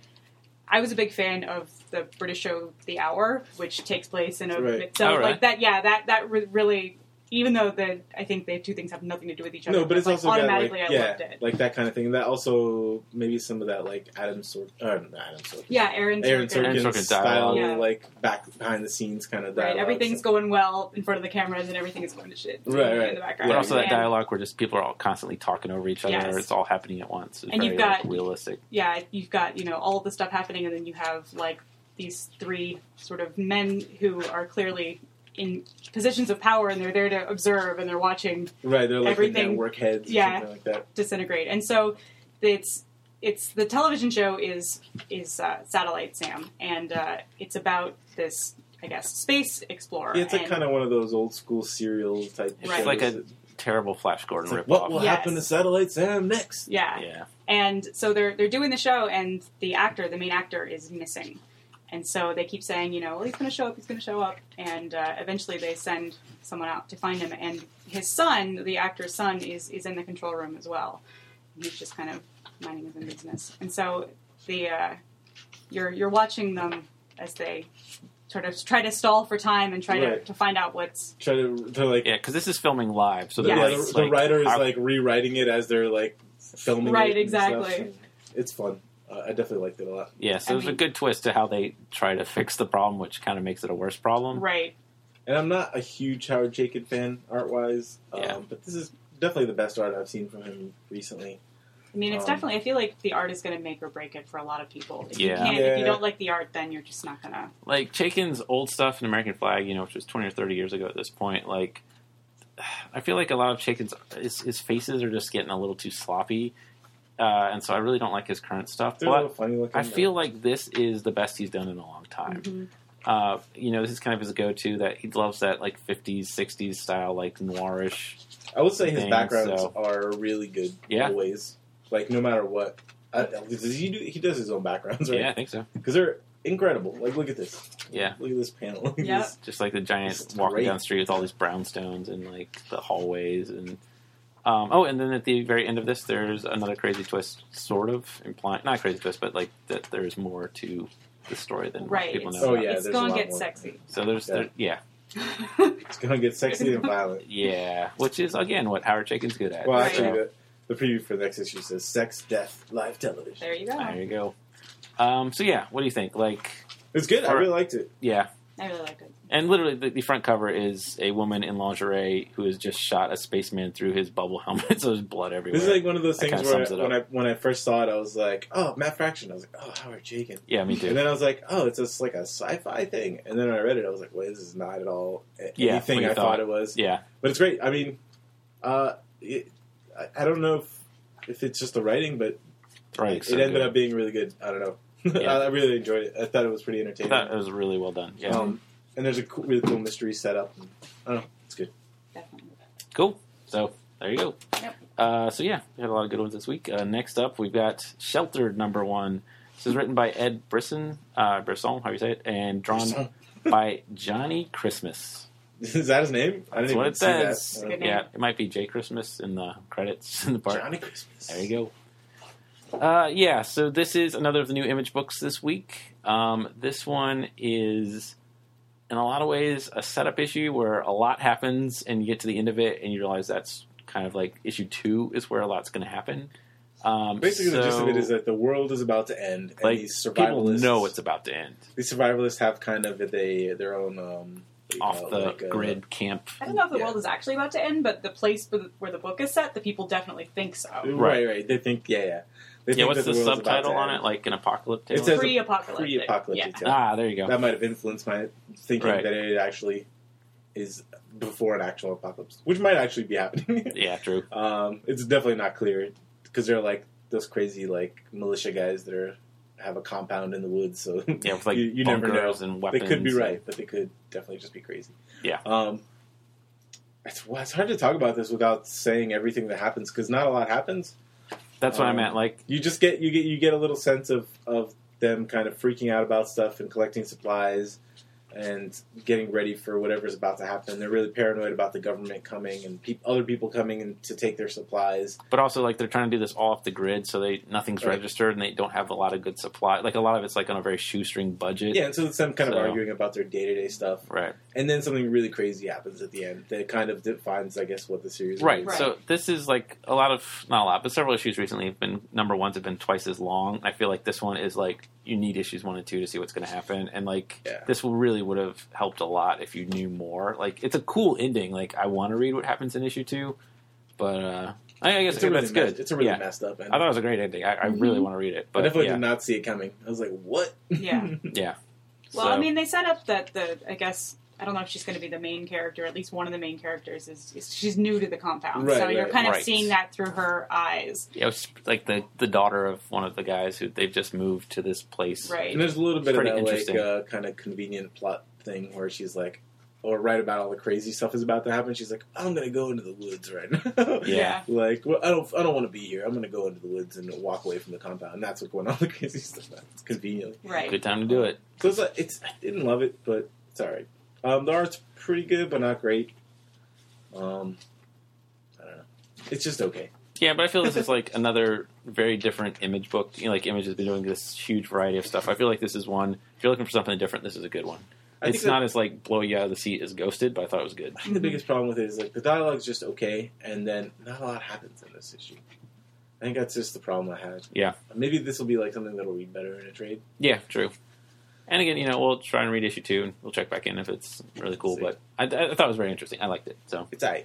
I was a big fan of the British show The Hour, which takes place in a
Right.
so
All right.
like that. Yeah, that that re- really. Even though the I think the two things have nothing to do with each other,
No, but it's
like,
also got,
automatically
like,
I
yeah,
loved it.
like that kind of thing. That also maybe some of that like Adam Sorkin, uh, not Adam Sorkin,
Yeah, Aaron,
Aaron
Sorkin.
Sorkin
Sorkin, style,
dialogue.
Yeah.
like back behind the scenes kind of
Right,
dialogue.
everything's
So-
going well in front of the cameras, and everything is going to shit.
Right,
In
right.
the background,
But also that
And-
dialogue where just people are all constantly talking over each other.
Yes.
It's all happening at once. It's
And
very
you've
like,
got-
realistic.
yeah, you've got you know all the stuff happening, and then you have like these three sort of men who are clearly in positions of power, and they're there to observe, and they're watching
right. They're like the
everything-
network heads, or
yeah.
something like that.
disintegrate. And so it's it's the television show is is uh, Satellite Sam, and uh, it's about this I guess space explorer.
Yeah, it's like
and-
kind of one of those old school serial type.
It's
shows.
like a
It's
Terrible Flash Gordon
like,
ripoff.
what will
Yes.
happen to Satellite Sam next?
yeah.
yeah.
And so they're they're doing the show, and the actor, the main actor, is missing. And so they keep saying, you know, well, he's going to show up, he's going to show up. And uh, eventually they send someone out to find him. And his son, the actor's son, is, is in the control room as well. And he's just kind of minding his own business. And so the uh, you're you're watching them as they sort of try to stall for time and try to,
Right.
to find out what's
Try to, to like,
Yeah, because this is filming live. So
yeah,
they're
Yes.
the,
like,
the
like,
writer is
how-
like rewriting it as they're like filming.
Right,
it and stuff.
exactly.
It's fun. Uh, I definitely liked it a lot.
Yeah, so
I
there's a
mean-
good twist to how they try to fix the problem, which kind of makes it a worse problem.
right.
And I'm not a huge Howard Chaykin fan art wise, um,
Yeah.
but this is definitely the best art I've seen from him recently.
I mean, it's
Um,
definitely. I feel like the art is going to make or break it for a lot of people. If you
Yeah.
can't, if you
Yeah.
don't like the art, then you're just not going to.
like Chaikin's old stuff in American Flag, you know, which was twenty or thirty years ago at this point, like I feel like a lot of Chaikin's his, his faces are just getting a little too sloppy, uh, and so I really don't like his current stuff.
They're a little
But
funny looking.
I feel like this is the best he's done in a long
Mm-hmm.
time.
Mm-hmm.
Uh, you know, this is kind of his go-to that he loves that like fifties, sixties style, like noirish.
I would say his
thing,
backgrounds
so-
are really good.
Yeah.
Always, like no matter what. I, does he do? He does his own backgrounds,
Yeah, I
right?
think so.
Because they're incredible. Like, look at this.
Yeah.
Look at this panel. <laughs> Look at
Yeah.
this.
just like the giant
It's
walking
great.
down the street with all these brownstones and like the hallways and um, oh and then at the very end of this there's another crazy twist sort of implying not a crazy twist but like that there's more to the story than what
Right.
people
It's,
know
Oh,
about.
yeah,
it's
there's a
going to
lot
get
more.
sexy. <laughs>
so there's
Yeah.
there, yeah
It's gonna get sexy and
<laughs>
violent.
yeah which is again what howard chaikin's good at
Well,
Right.
actually,
So,
the, the preview for the next issue says "Sex, Death, Live Television."
there you go.
there
I
you go um, so yeah what do you think like
It's good. I
Or-
really liked it.
yeah
really liked it.
and literally the, the front cover is a woman in lingerie who has just shot a spaceman through his bubble helmet <laughs> so there's blood everywhere
This is like one of those
That
things
kinda
where
sums it
when I when I first saw it, I was like, "Oh, Matt Fraction." I was like, "Oh, Howard Chaykin."
yeah me
<laughs>
too
And then I was like, "Oh, it's just like a sci-fi thing." And then when I read it, I was like, "Well, this is not at all a-
Yeah, what
anything
you
I thought
thought.
it was."
yeah
But it's great. I mean, uh, it, I, I don't know if, if it's just the writing, but
Right.
it ended up being really good. I don't know. <laughs>
Yeah.
I really enjoyed it. I thought it was pretty entertaining.
That was really well done. Yeah.
Um, and there's a cool, really cool mystery setup. And, I don't know. It's good.
Definitely.
cool. So there you go.
Yep.
Uh, so yeah, we had a lot of good ones this week. Uh, next up, we've got Sheltered Number One. This is written by Ed Brisson, uh, Brisson, how you say it, and drawn by Johnny Christmas.
<laughs> Is that his name? I
That's
didn't
what
even
it
see that. Uh,
says.
I don't
Good
know.
Yeah, it might be Jay Christmas in the credits <laughs> in the part.
Johnny Christmas.
There you go. Uh, yeah, so this is another of the new image books this week. Um, this one is, in a lot of ways, a setup issue where a lot happens and you get to the end of it and you realize that's kind of like issue two is where a lot's going to happen. Um,
Basically, the gist of
so,
it is that the world is about to end, and
like
these
people
survivalists
know it's about to end.
These survivalists have kind of they their own um, what do you
Off
call it,
the
like, uh,
grid camp.
I don't know if the
Yeah.
world is actually about to end, but the place where the, where the book is set, the people definitely think so.
Right, right. They think, yeah, yeah. They
Yeah,
think that
what's the,
world's about
subtitle
to
on
end.
it? Like an apocalypse.
It says
tale?
Pre-apocalyptic.
pre-apocalyptic.
Yeah.
yeah.
ah, there you go.
That might have influenced my thinking
Right.
that it actually is before an actual apocalypse, which might actually be happening.
<laughs> Yeah, true.
um, it's definitely not clear because they're like those crazy like militia guys that are have a compound in the woods, so
Yeah, with like
you, you never know.
bunkers and weapons.
<laughs> They could be right, but they could definitely just be crazy.
Yeah.
Um, it's, well, it's hard to talk about this without saying everything that happens because not a lot happens.
That's what I
Um,
meant. Like,
You just get you get you get a little sense of of them kind of freaking out about stuff and collecting supplies and getting ready for whatever's about to happen. They're really paranoid about the government coming and peop other people coming in to take their supplies.
but also like they're trying to do this all off the grid, so they nothing's
Right.
registered and they don't have a lot of good supply. Like a lot of it's like on a very shoestring budget.
Yeah, and so it's them kind
So-
of arguing about their day to day stuff.
Right.
And then something really crazy happens at the end that kind of defines, I guess, what the series
Right.
is.
Right.
So this is like a lot of not a lot, but several issues recently have been number ones have been twice as long. I feel like this one is like you need issues one and two to see what's going to happen, and like
Yeah.
this will really would have helped a lot if you knew more. Like it's a cool ending. Like I want to read what happens in issue two, but uh, I, I guess
It's a really messed-
that's good.
It's a really
yeah.
messed up. Ending.
I thought it was a great ending. I, I really
Mm-hmm.
want to read it,
I
but
definitely
yeah,
did not see it coming. I was like, "What?" <laughs>
Yeah.
yeah.
Well,
So-
I mean, they set up that the I guess I don't know if she's going to be the main character. At least one of the main characters is, is she's new to the compound, so
Right,
you're
right,
kind of
right.
seeing that through her eyes,
Yeah, it was like the the daughter of one of the guys who they've just moved to this place.
right?
and there's a little bit of
Pretty
that like
interesting.
uh, kind of convenient plot thing where she's like, "Or right about all the crazy stuff is about to happen." She's like, "I'm gonna go into the woods right now."
<laughs> Yeah.
<laughs> Like, well, I don't, I don't want to be here. I'm gonna go into the woods and walk away from the compound. And that's what's going on. The <laughs> crazy stuff. It's conveniently.
right.
Good time to do it.
So it's, like, it's I didn't love it, but it's all right. Um, the art's pretty good, but not great. Um, I don't know. It's just okay.
Yeah, but I feel this is like <laughs> another very different image book. You know, like Image has been doing this huge variety of stuff. I feel like this is one. If you're looking for something different, this is a good one.
I think
it's
that-
not as like blow you out of the seat as Ghosted, but I thought it was good.
I think the biggest problem with it is like the dialogue's just okay, and then not a lot happens in this issue. I think that's just the problem I had.
Yeah.
Maybe this will be like something that'll read better in a trade.
Yeah, true. And again, you know, we'll try and read issue two, and we'll check back in if it's really cool.
See.
But I, I thought it was very interesting. I liked it. So,
It's aight.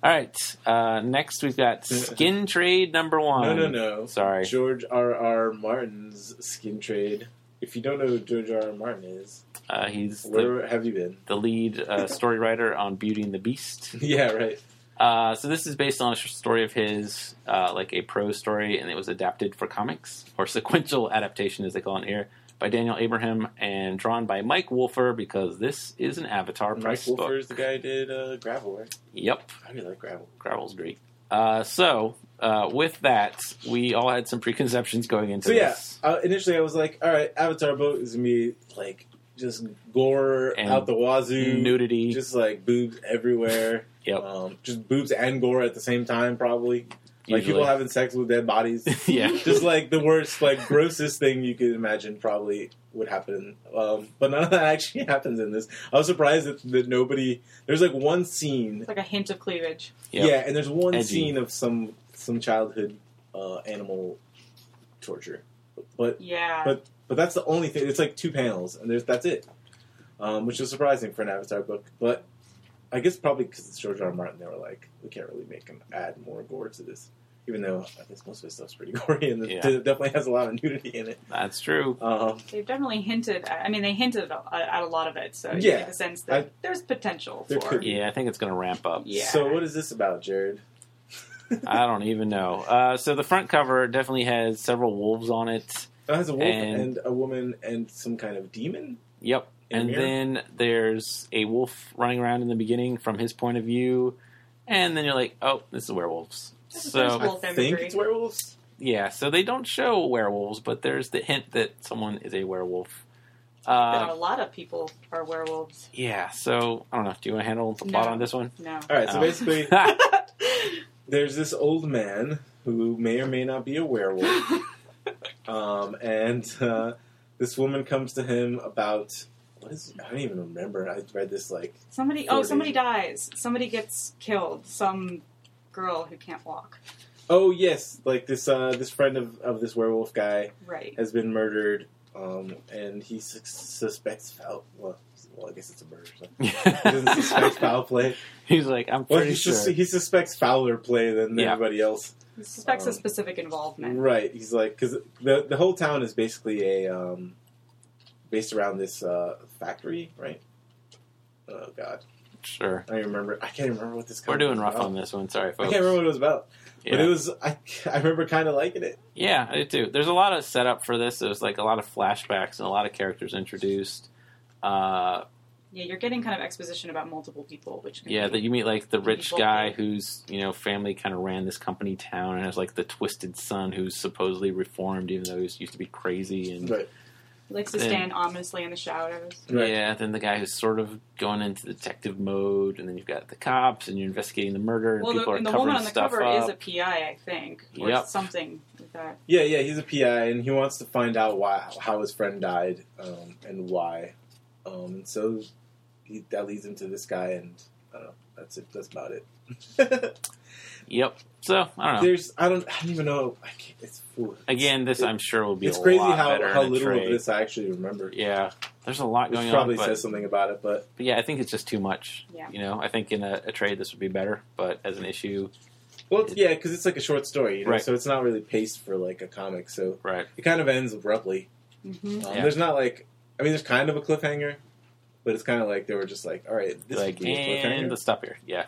all right, uh, next
<laughs>
we've got Skin Trade number one.
No, no, no.
Sorry.
George R. R. Martin's skin trade. If you don't know who George R. R. Martin is,
Uh, he's the,
where have you been? <laughs>
the lead uh, story writer on Beauty and the Beast.
yeah, right.
Uh, so this is based on a sh- story of his, uh, like a prose story, and it was adapted for comics or <laughs> sequential adaptation, as they call it here, by Daniel Abraham and drawn by Mike Wolfer because this is an Avatar
Mike
press
Wolfer is the
book.
guy who did uh, Gravel, right?
Yep,
I really like Gravel.
Gravel's great. Uh, so uh, with that, we all had some preconceptions going into
So yeah,
this.
I, Uh, initially I was like, all right, Avatar boat is gonna be like just gore
And
out the wazoo,
Nudity.
just like boobs everywhere.
Yep.
Um, just boobs and gore at the same time, probably. Like
usually.
people having sex with dead bodies.
<laughs>
<laughs>
yeah.
just like the worst, like grossest thing you could imagine probably would happen. Um, but none of that actually <laughs> happens in this. I was surprised that, that nobody. There's like one scene.
It's like a hint of cleavage.
Yep.
Yeah, and there's one
Edgy.
scene of some some childhood uh, animal torture, but
Yeah.
but but that's the only thing. It's like two panels, and there's that's it, um, which is surprising for an Avatar book. But I guess probably because it's George R. R. Martin, they were like, we can't really make him add more gore to this, even though I guess most of his stuff's pretty <laughs> gory, and
Yeah.
it definitely has a lot of nudity in it. <laughs>
That's true.
Um,
They've definitely hinted. At, I mean, they hinted at, at a lot of it, so you
Yeah.
get the sense that
I-
there's potential
There
for.
could be.
Yeah, I think it's going to ramp up.
Yeah.
So what is this about, Jared?
<laughs> I don't even know. Uh, so the front cover definitely has several wolves on it.
It has a wolf and,
And-
a woman and some kind of demon.
Yep.
In a
And
mirror?
then there's a wolf running around in the beginning from his point of view, and then you're like, oh, this is werewolves.
This is
so
werewolf. Wolf
I think
imagery.
it's werewolves.
yeah, so they don't show werewolves, but there's the hint that someone is a werewolf.
that a
Uh,
lot of people are werewolves.
yeah, so I don't know. Do you want to handle the plot
No.
on this
<laughs>
one?
No.
All right, so
Oh.
basically, there's this old man who may or may not be a werewolf.
<laughs>
Um, and uh, this woman comes to him about what is I don't even remember. I read this like
somebody. Oh,
Forty.
somebody dies. Somebody gets killed. Some girl who can't walk.
oh yes, like this uh, this friend of, of this werewolf guy
Right.
has been murdered, um, and he sus- suspects foul. Well, well, I guess it's a murder. So. He
<laughs>
doesn't suspect foul play.
He's like, I'm
Well,
pretty
he,
sure.
sus- he suspects fouler play than
Yeah.
everybody else.
He suspects a
Um,
specific involvement.
Right? He's like because the the whole town is basically a um, based around this uh, factory, right? Oh God.
Sure.
I don't even remember. I can't remember what this.
We're
comic
doing
was
rough
about.
on this one. Sorry,
I
folks.
can't remember what it was about,
yeah.
but it was. I I remember kind of liking it.
yeah, I did too. There's a lot of setup for this. There's like a lot of flashbacks and a lot of characters introduced. Uh,
Yeah, you're getting kind of exposition about multiple people, which can
yeah,
be-
that you meet like the rich
People.
guy whose you know family kind of ran this company town and has like the twisted son who's supposedly reformed even though he was, used to be crazy and
But
he likes to
then-
stand ominously in the shadows.
Right.
Yeah, then the guy who's sort of going into detective mode, and then you've got the cops, and you're investigating the murder, and
Well, the,
people
and
are
the
covering
woman on the
stuff
cover
up.
is a PI, I think, or
Yep.
something like that.
yeah, yeah, he's a PI and he wants to find out why how his friend died um, and why, um, and so he, that leads him to this guy and I don't know. That's it. <laughs> That's about it.
Yep. So I don't know.
There's I don't I don't even know. I can't, it's ooh.
Again, this
it-
I'm sure will be
It's
a
crazy
lot
how
better
how
in a
little
trade.
of this I actually remember.
Yeah, there's a lot going
Which
on,
probably
but,
says something about it, but
but yeah, I think it's just too much.
Yeah.
You know, I think in a, a trade this would be better, but as an issue,
well, it's- yeah, because it's like a short story, you know,
Right.
so it's not really paced for like a comic, so
right?
it kind of ends abruptly.
hmm
Um,
Yeah.
There's not like, I mean, there's kind of a cliffhanger, but it's kind of like they were just like, all right, this
like,
would be a
and
cliffhanger.
let's stop here. Yeah,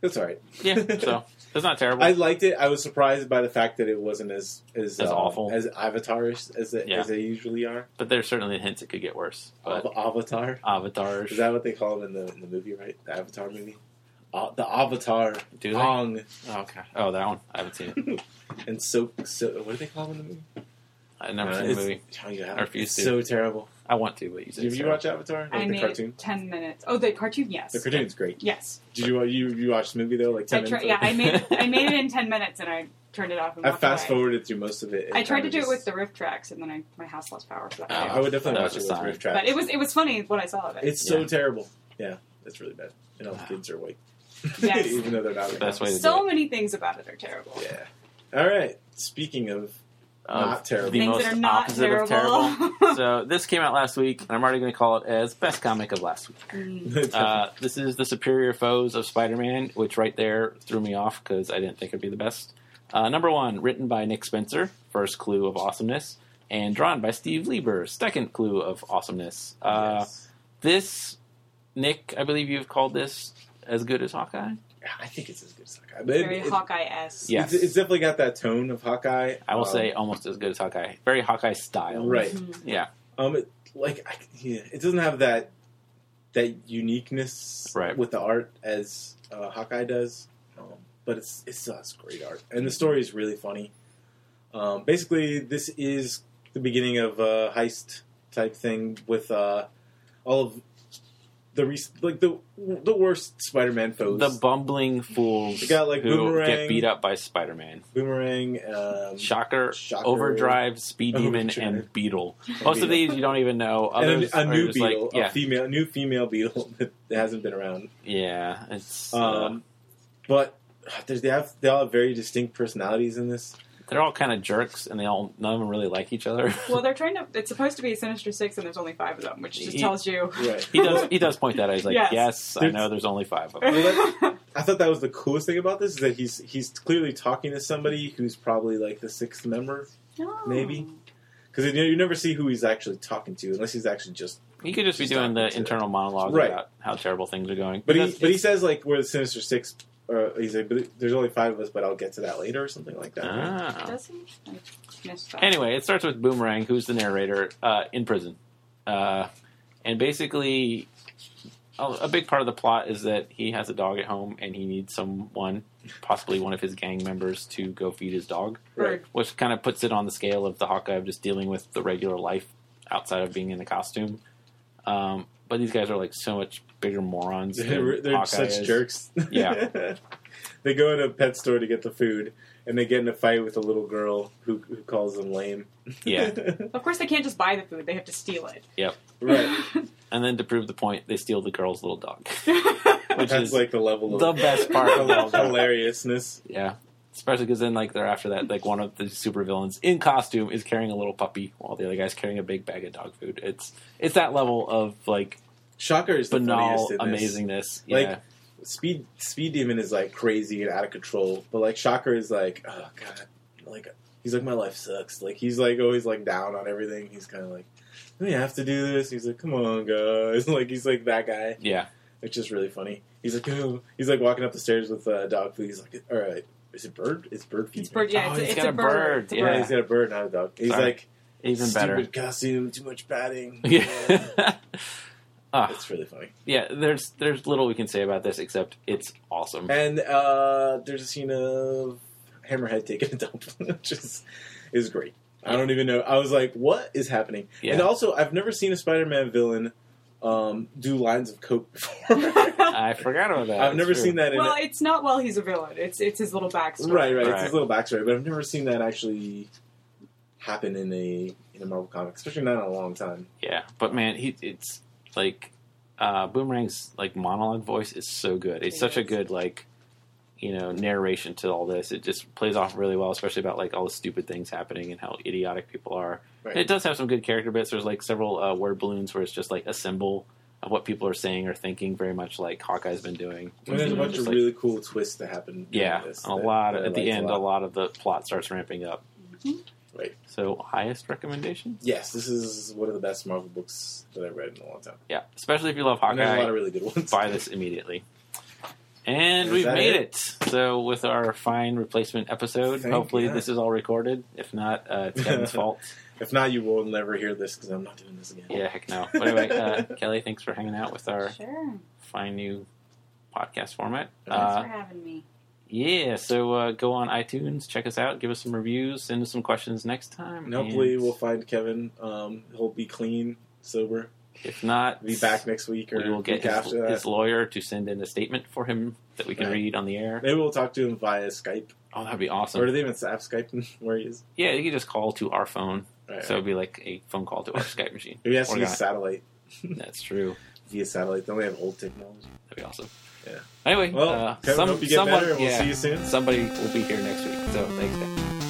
That's all right.
yeah. <laughs> so it's not terrible.
I liked it. I was surprised by the fact that it wasn't as as,
As
um,
awful.
as avatarish as they,
Yeah.
as they usually are.
but there's certainly hints it could get worse. But
Av- Avatar
avatars,
Oh. is that what they call him in the in the movie, right? The Avatar movie. Uh, the Avatar,
do they? Oh,
Ong,
okay. Oh, that one I haven't seen it.
and so so. What do they call him in the movie?
I've never
Uh,
seen the
it's-
movie.
Oh, yeah,
I refuse
it's
to.
So terrible.
I want to, but you
Did
said
you,
it's
you
terrible.
watch Avatar?
I
Like the
made
cartoon.
ten minutes. Oh, the cartoon, yes,
The cartoon's great.
yes.
Did you you you watched the movie though? Like
I
ten
try,
minutes.
yeah,
of it?
I made
<laughs>
I made it in ten minutes, and I turned it off.
<laughs>
And
I
walked
fast
away.
forwarded through most of it.
I tried to
kinda
do it
just-
with the riff tracks, and then I, my house lost power. So that
Oh.
I would definitely
That
watch it
was
with
a sign.
riff tracks.
but it was it was funny what I saw of it.
It's so
Yeah.
terrible. Yeah, it's really bad. And all the
Wow.
kids are white.
Yes.
<laughs> Even though they're not. right
Best
now.
way to
so many things about it are terrible.
Yeah. All right. Speaking of
Of
not terrible.
the
things
most
that are not
opposite of
terrible. <laughs>
so this came out last week, and I'm already going to call it as best comic of last week.
<laughs>
Mm.
Uh, this is the Superior Foes of Spider-Man, which right there threw me off because I didn't think it'd be the best. Uh, number one, written by Nick Spencer, first clue of awesomeness, and drawn by Steve Lieber, second clue of awesomeness. Uh,
Yes.
This Nick, I believe you've called this as good as Hawkeye.
I think it's as good as Hawkeye. But it-
Very
it-
Hawkeye esque.
Yeah.
it's, it's definitely got that tone of Hawkeye.
I will
Um,
say almost as good as Hawkeye. Very Hawkeye style.
Right.
Mm-hmm.
Yeah.
Um, it, like I, yeah, it doesn't have that that uniqueness
Right.
with the art as uh, Hawkeye does, um, but it's it still has great art, and the story is really funny. Um, basically, this is the beginning of a heist type thing with uh, all of the rec- like the the worst Spider-Man foes.
The bumbling fools
They got, like,
who
Boomerang.
get beat up by Spider-Man.
Boomerang, um,
Shocker,
Shocker.
Overdrive, Speed Demon,
Overdrive.
and Beetle.
and
Most
Beetle.
of these you don't even know.
and
Others
a, a
are
new
just like,
beetle,
yeah,
a female, a new female beetle <laughs> that hasn't been around.
yeah. It's uh,
Um, but there's, they have they all have very distinct personalities in this.
they're all kind of jerks, and they all none of them really like each other.
Well, they're trying to. It's supposed to be a Sinister Six, and there's only five of them, which just
He-
tells you.
Right.
<laughs> he does he does point that out. He's like,
Yes.
yes, I
There's-
know there's only five
<laughs>
of them.
Well, I thought that was the coolest thing about this is that he's he's clearly talking to somebody who's probably like the sixth member Maybe. because you, you never see who he's actually talking to unless he's actually just.
He could just be
Just talking
doing the
to-
internal monologue
Right.
about how terrible things are going.
But he
Because
but he
it's-
says like we're the Sinister Six. Or he's like, but there's only five of us, but I'll get to that later or something like that.
Ah.
Does he? I missed that.
Anyway, it starts with Boomerang, who's the narrator, uh, in prison. Uh, and basically, a, a big part of the plot is that he has a dog at home and he needs someone, possibly one of his gang members, to go feed his dog,
Bird.
which kind of puts it on the scale of the Hawkeye of just dealing with the regular life outside of being in the costume. Um, but these guys are like so much bigger morons.
<laughs>
than
They're, they're
Hawkeye
such
is.
jerks. <laughs>
Yeah.
they go in a pet store to get the food, and they get in a fight with a little girl who, who calls them lame.
Yeah.
Of course, they can't just buy the food; they have to steal it.
<laughs> right.
<laughs>
And then to prove the point, they steal the girl's little dog, <laughs> which
That's
is
like the level of
the
<laughs>
best part of the whole thing.
hilariousness.
Yeah. Especially because then, like, they're after that, like, one of the supervillains in costume is carrying a little puppy while the other guy's carrying a big bag of dog food. It's it's that level of, like,
Shocker is the
banal
funniest in this.
amazingness. Yeah.
Like- Speed Speed Demon is like crazy and out of control, but like Shocker is like, oh god, like he's like my life sucks. Like he's like always like down on <laughs> everything. He's kind of like, do we have to do this? He's like, come on guys. Like he's like that guy.
yeah.
which is really funny. He's like, oh, he's like walking up the stairs with uh, dog food. He's like, all right, is it bird? It's bird feed.
It's bird. Yeah,
Oh,
it's, a-
he's
it's
got
a
a
bird.
bird,
It's a
Yeah,
yeah.
he's got a bird, not a dog. He's
Sorry.
like,
Even better.
Stupid costume, too much batting.
<laughs> Yeah. Ah,
it's really funny.
yeah, there's there's little we can say about this except it's awesome.
And uh, there's a scene of Hammerhead taking a dump, <laughs> which is is great. I don't even know. I was like, what is happening?
Yeah.
And also, I've never seen a Spider-Man villain um, do lines of coke <laughs>
<laughs>
before.
I forgot about that.
I've never
It's true.
seen that in
Well, it's not while he's a villain. It's it's his little backstory.
Right, right. It's
Right.
his little backstory, but I've never seen that actually happen in a in a Marvel comic, especially not in a long time.
Yeah, but man, he it's like uh, Boomerang's like monologue voice is so good. It's
It
such a
is.
good like you know narration to all this. It just plays off really well, especially about like all the stupid things happening and how idiotic people are.
Right.
It does have some good character bits. There's like several uh, word balloons where it's just like a symbol of what people are saying or thinking, very much like Hawkeye's been doing.
And there's a
You know,
bunch
Mm-hmm. just,
of
like-
really cool twists that happen. during
yeah,
this
and a
that-
lot
that I
at the
liked
end. A lot of the plot starts ramping up.
Mm-hmm.
Right.
So highest recommendation?
Yes, this is one of the best Marvel books that I've read in a long time.
Yeah, especially if you love
And there's a
Hawkeye.
lot of really good ones.
buy this immediately. And
Is
we've
that
made
it?
it? So with our fine replacement episode,
Thank
hopefully
God.
this is all recorded. If not, uh,
<laughs>
it's Kevin's fault.
If not, you will never hear this because I'm not doing this again.
Yeah, heck no. But anyway, uh,
<laughs>
Kelly, thanks for hanging out with our
Sure.
fine new podcast format.
Thanks
Thanks
Uh,
for having me.
yeah, so uh, go on iTunes, check us out, give us some reviews, send us some questions next time.
And hopefully,
and
we'll find Kevin. Um, he'll be clean, sober.
if not,
Be back next week or
We will
week
get his,
after that.
his lawyer to send in a statement for him that we can
Right.
read on the air.
Maybe we'll talk to him via Skype.
Oh, that'd
or
be
do
awesome.
they even have Skype <laughs> where he is?
Yeah, you can just call to our phone.
All right,
So it'd be like a phone call to our Skype machine.
Maybe it has
Or
to use
not.
satellite.
That's true.
Via satellite. Then we have old technology.
That'd be awesome.
Yeah.
Anyway,
Well,
uh,
Kevin,
some,
hope you get
someone,
better, and we'll
yeah,
see you soon.
somebody will be here next week. So thanks. guys.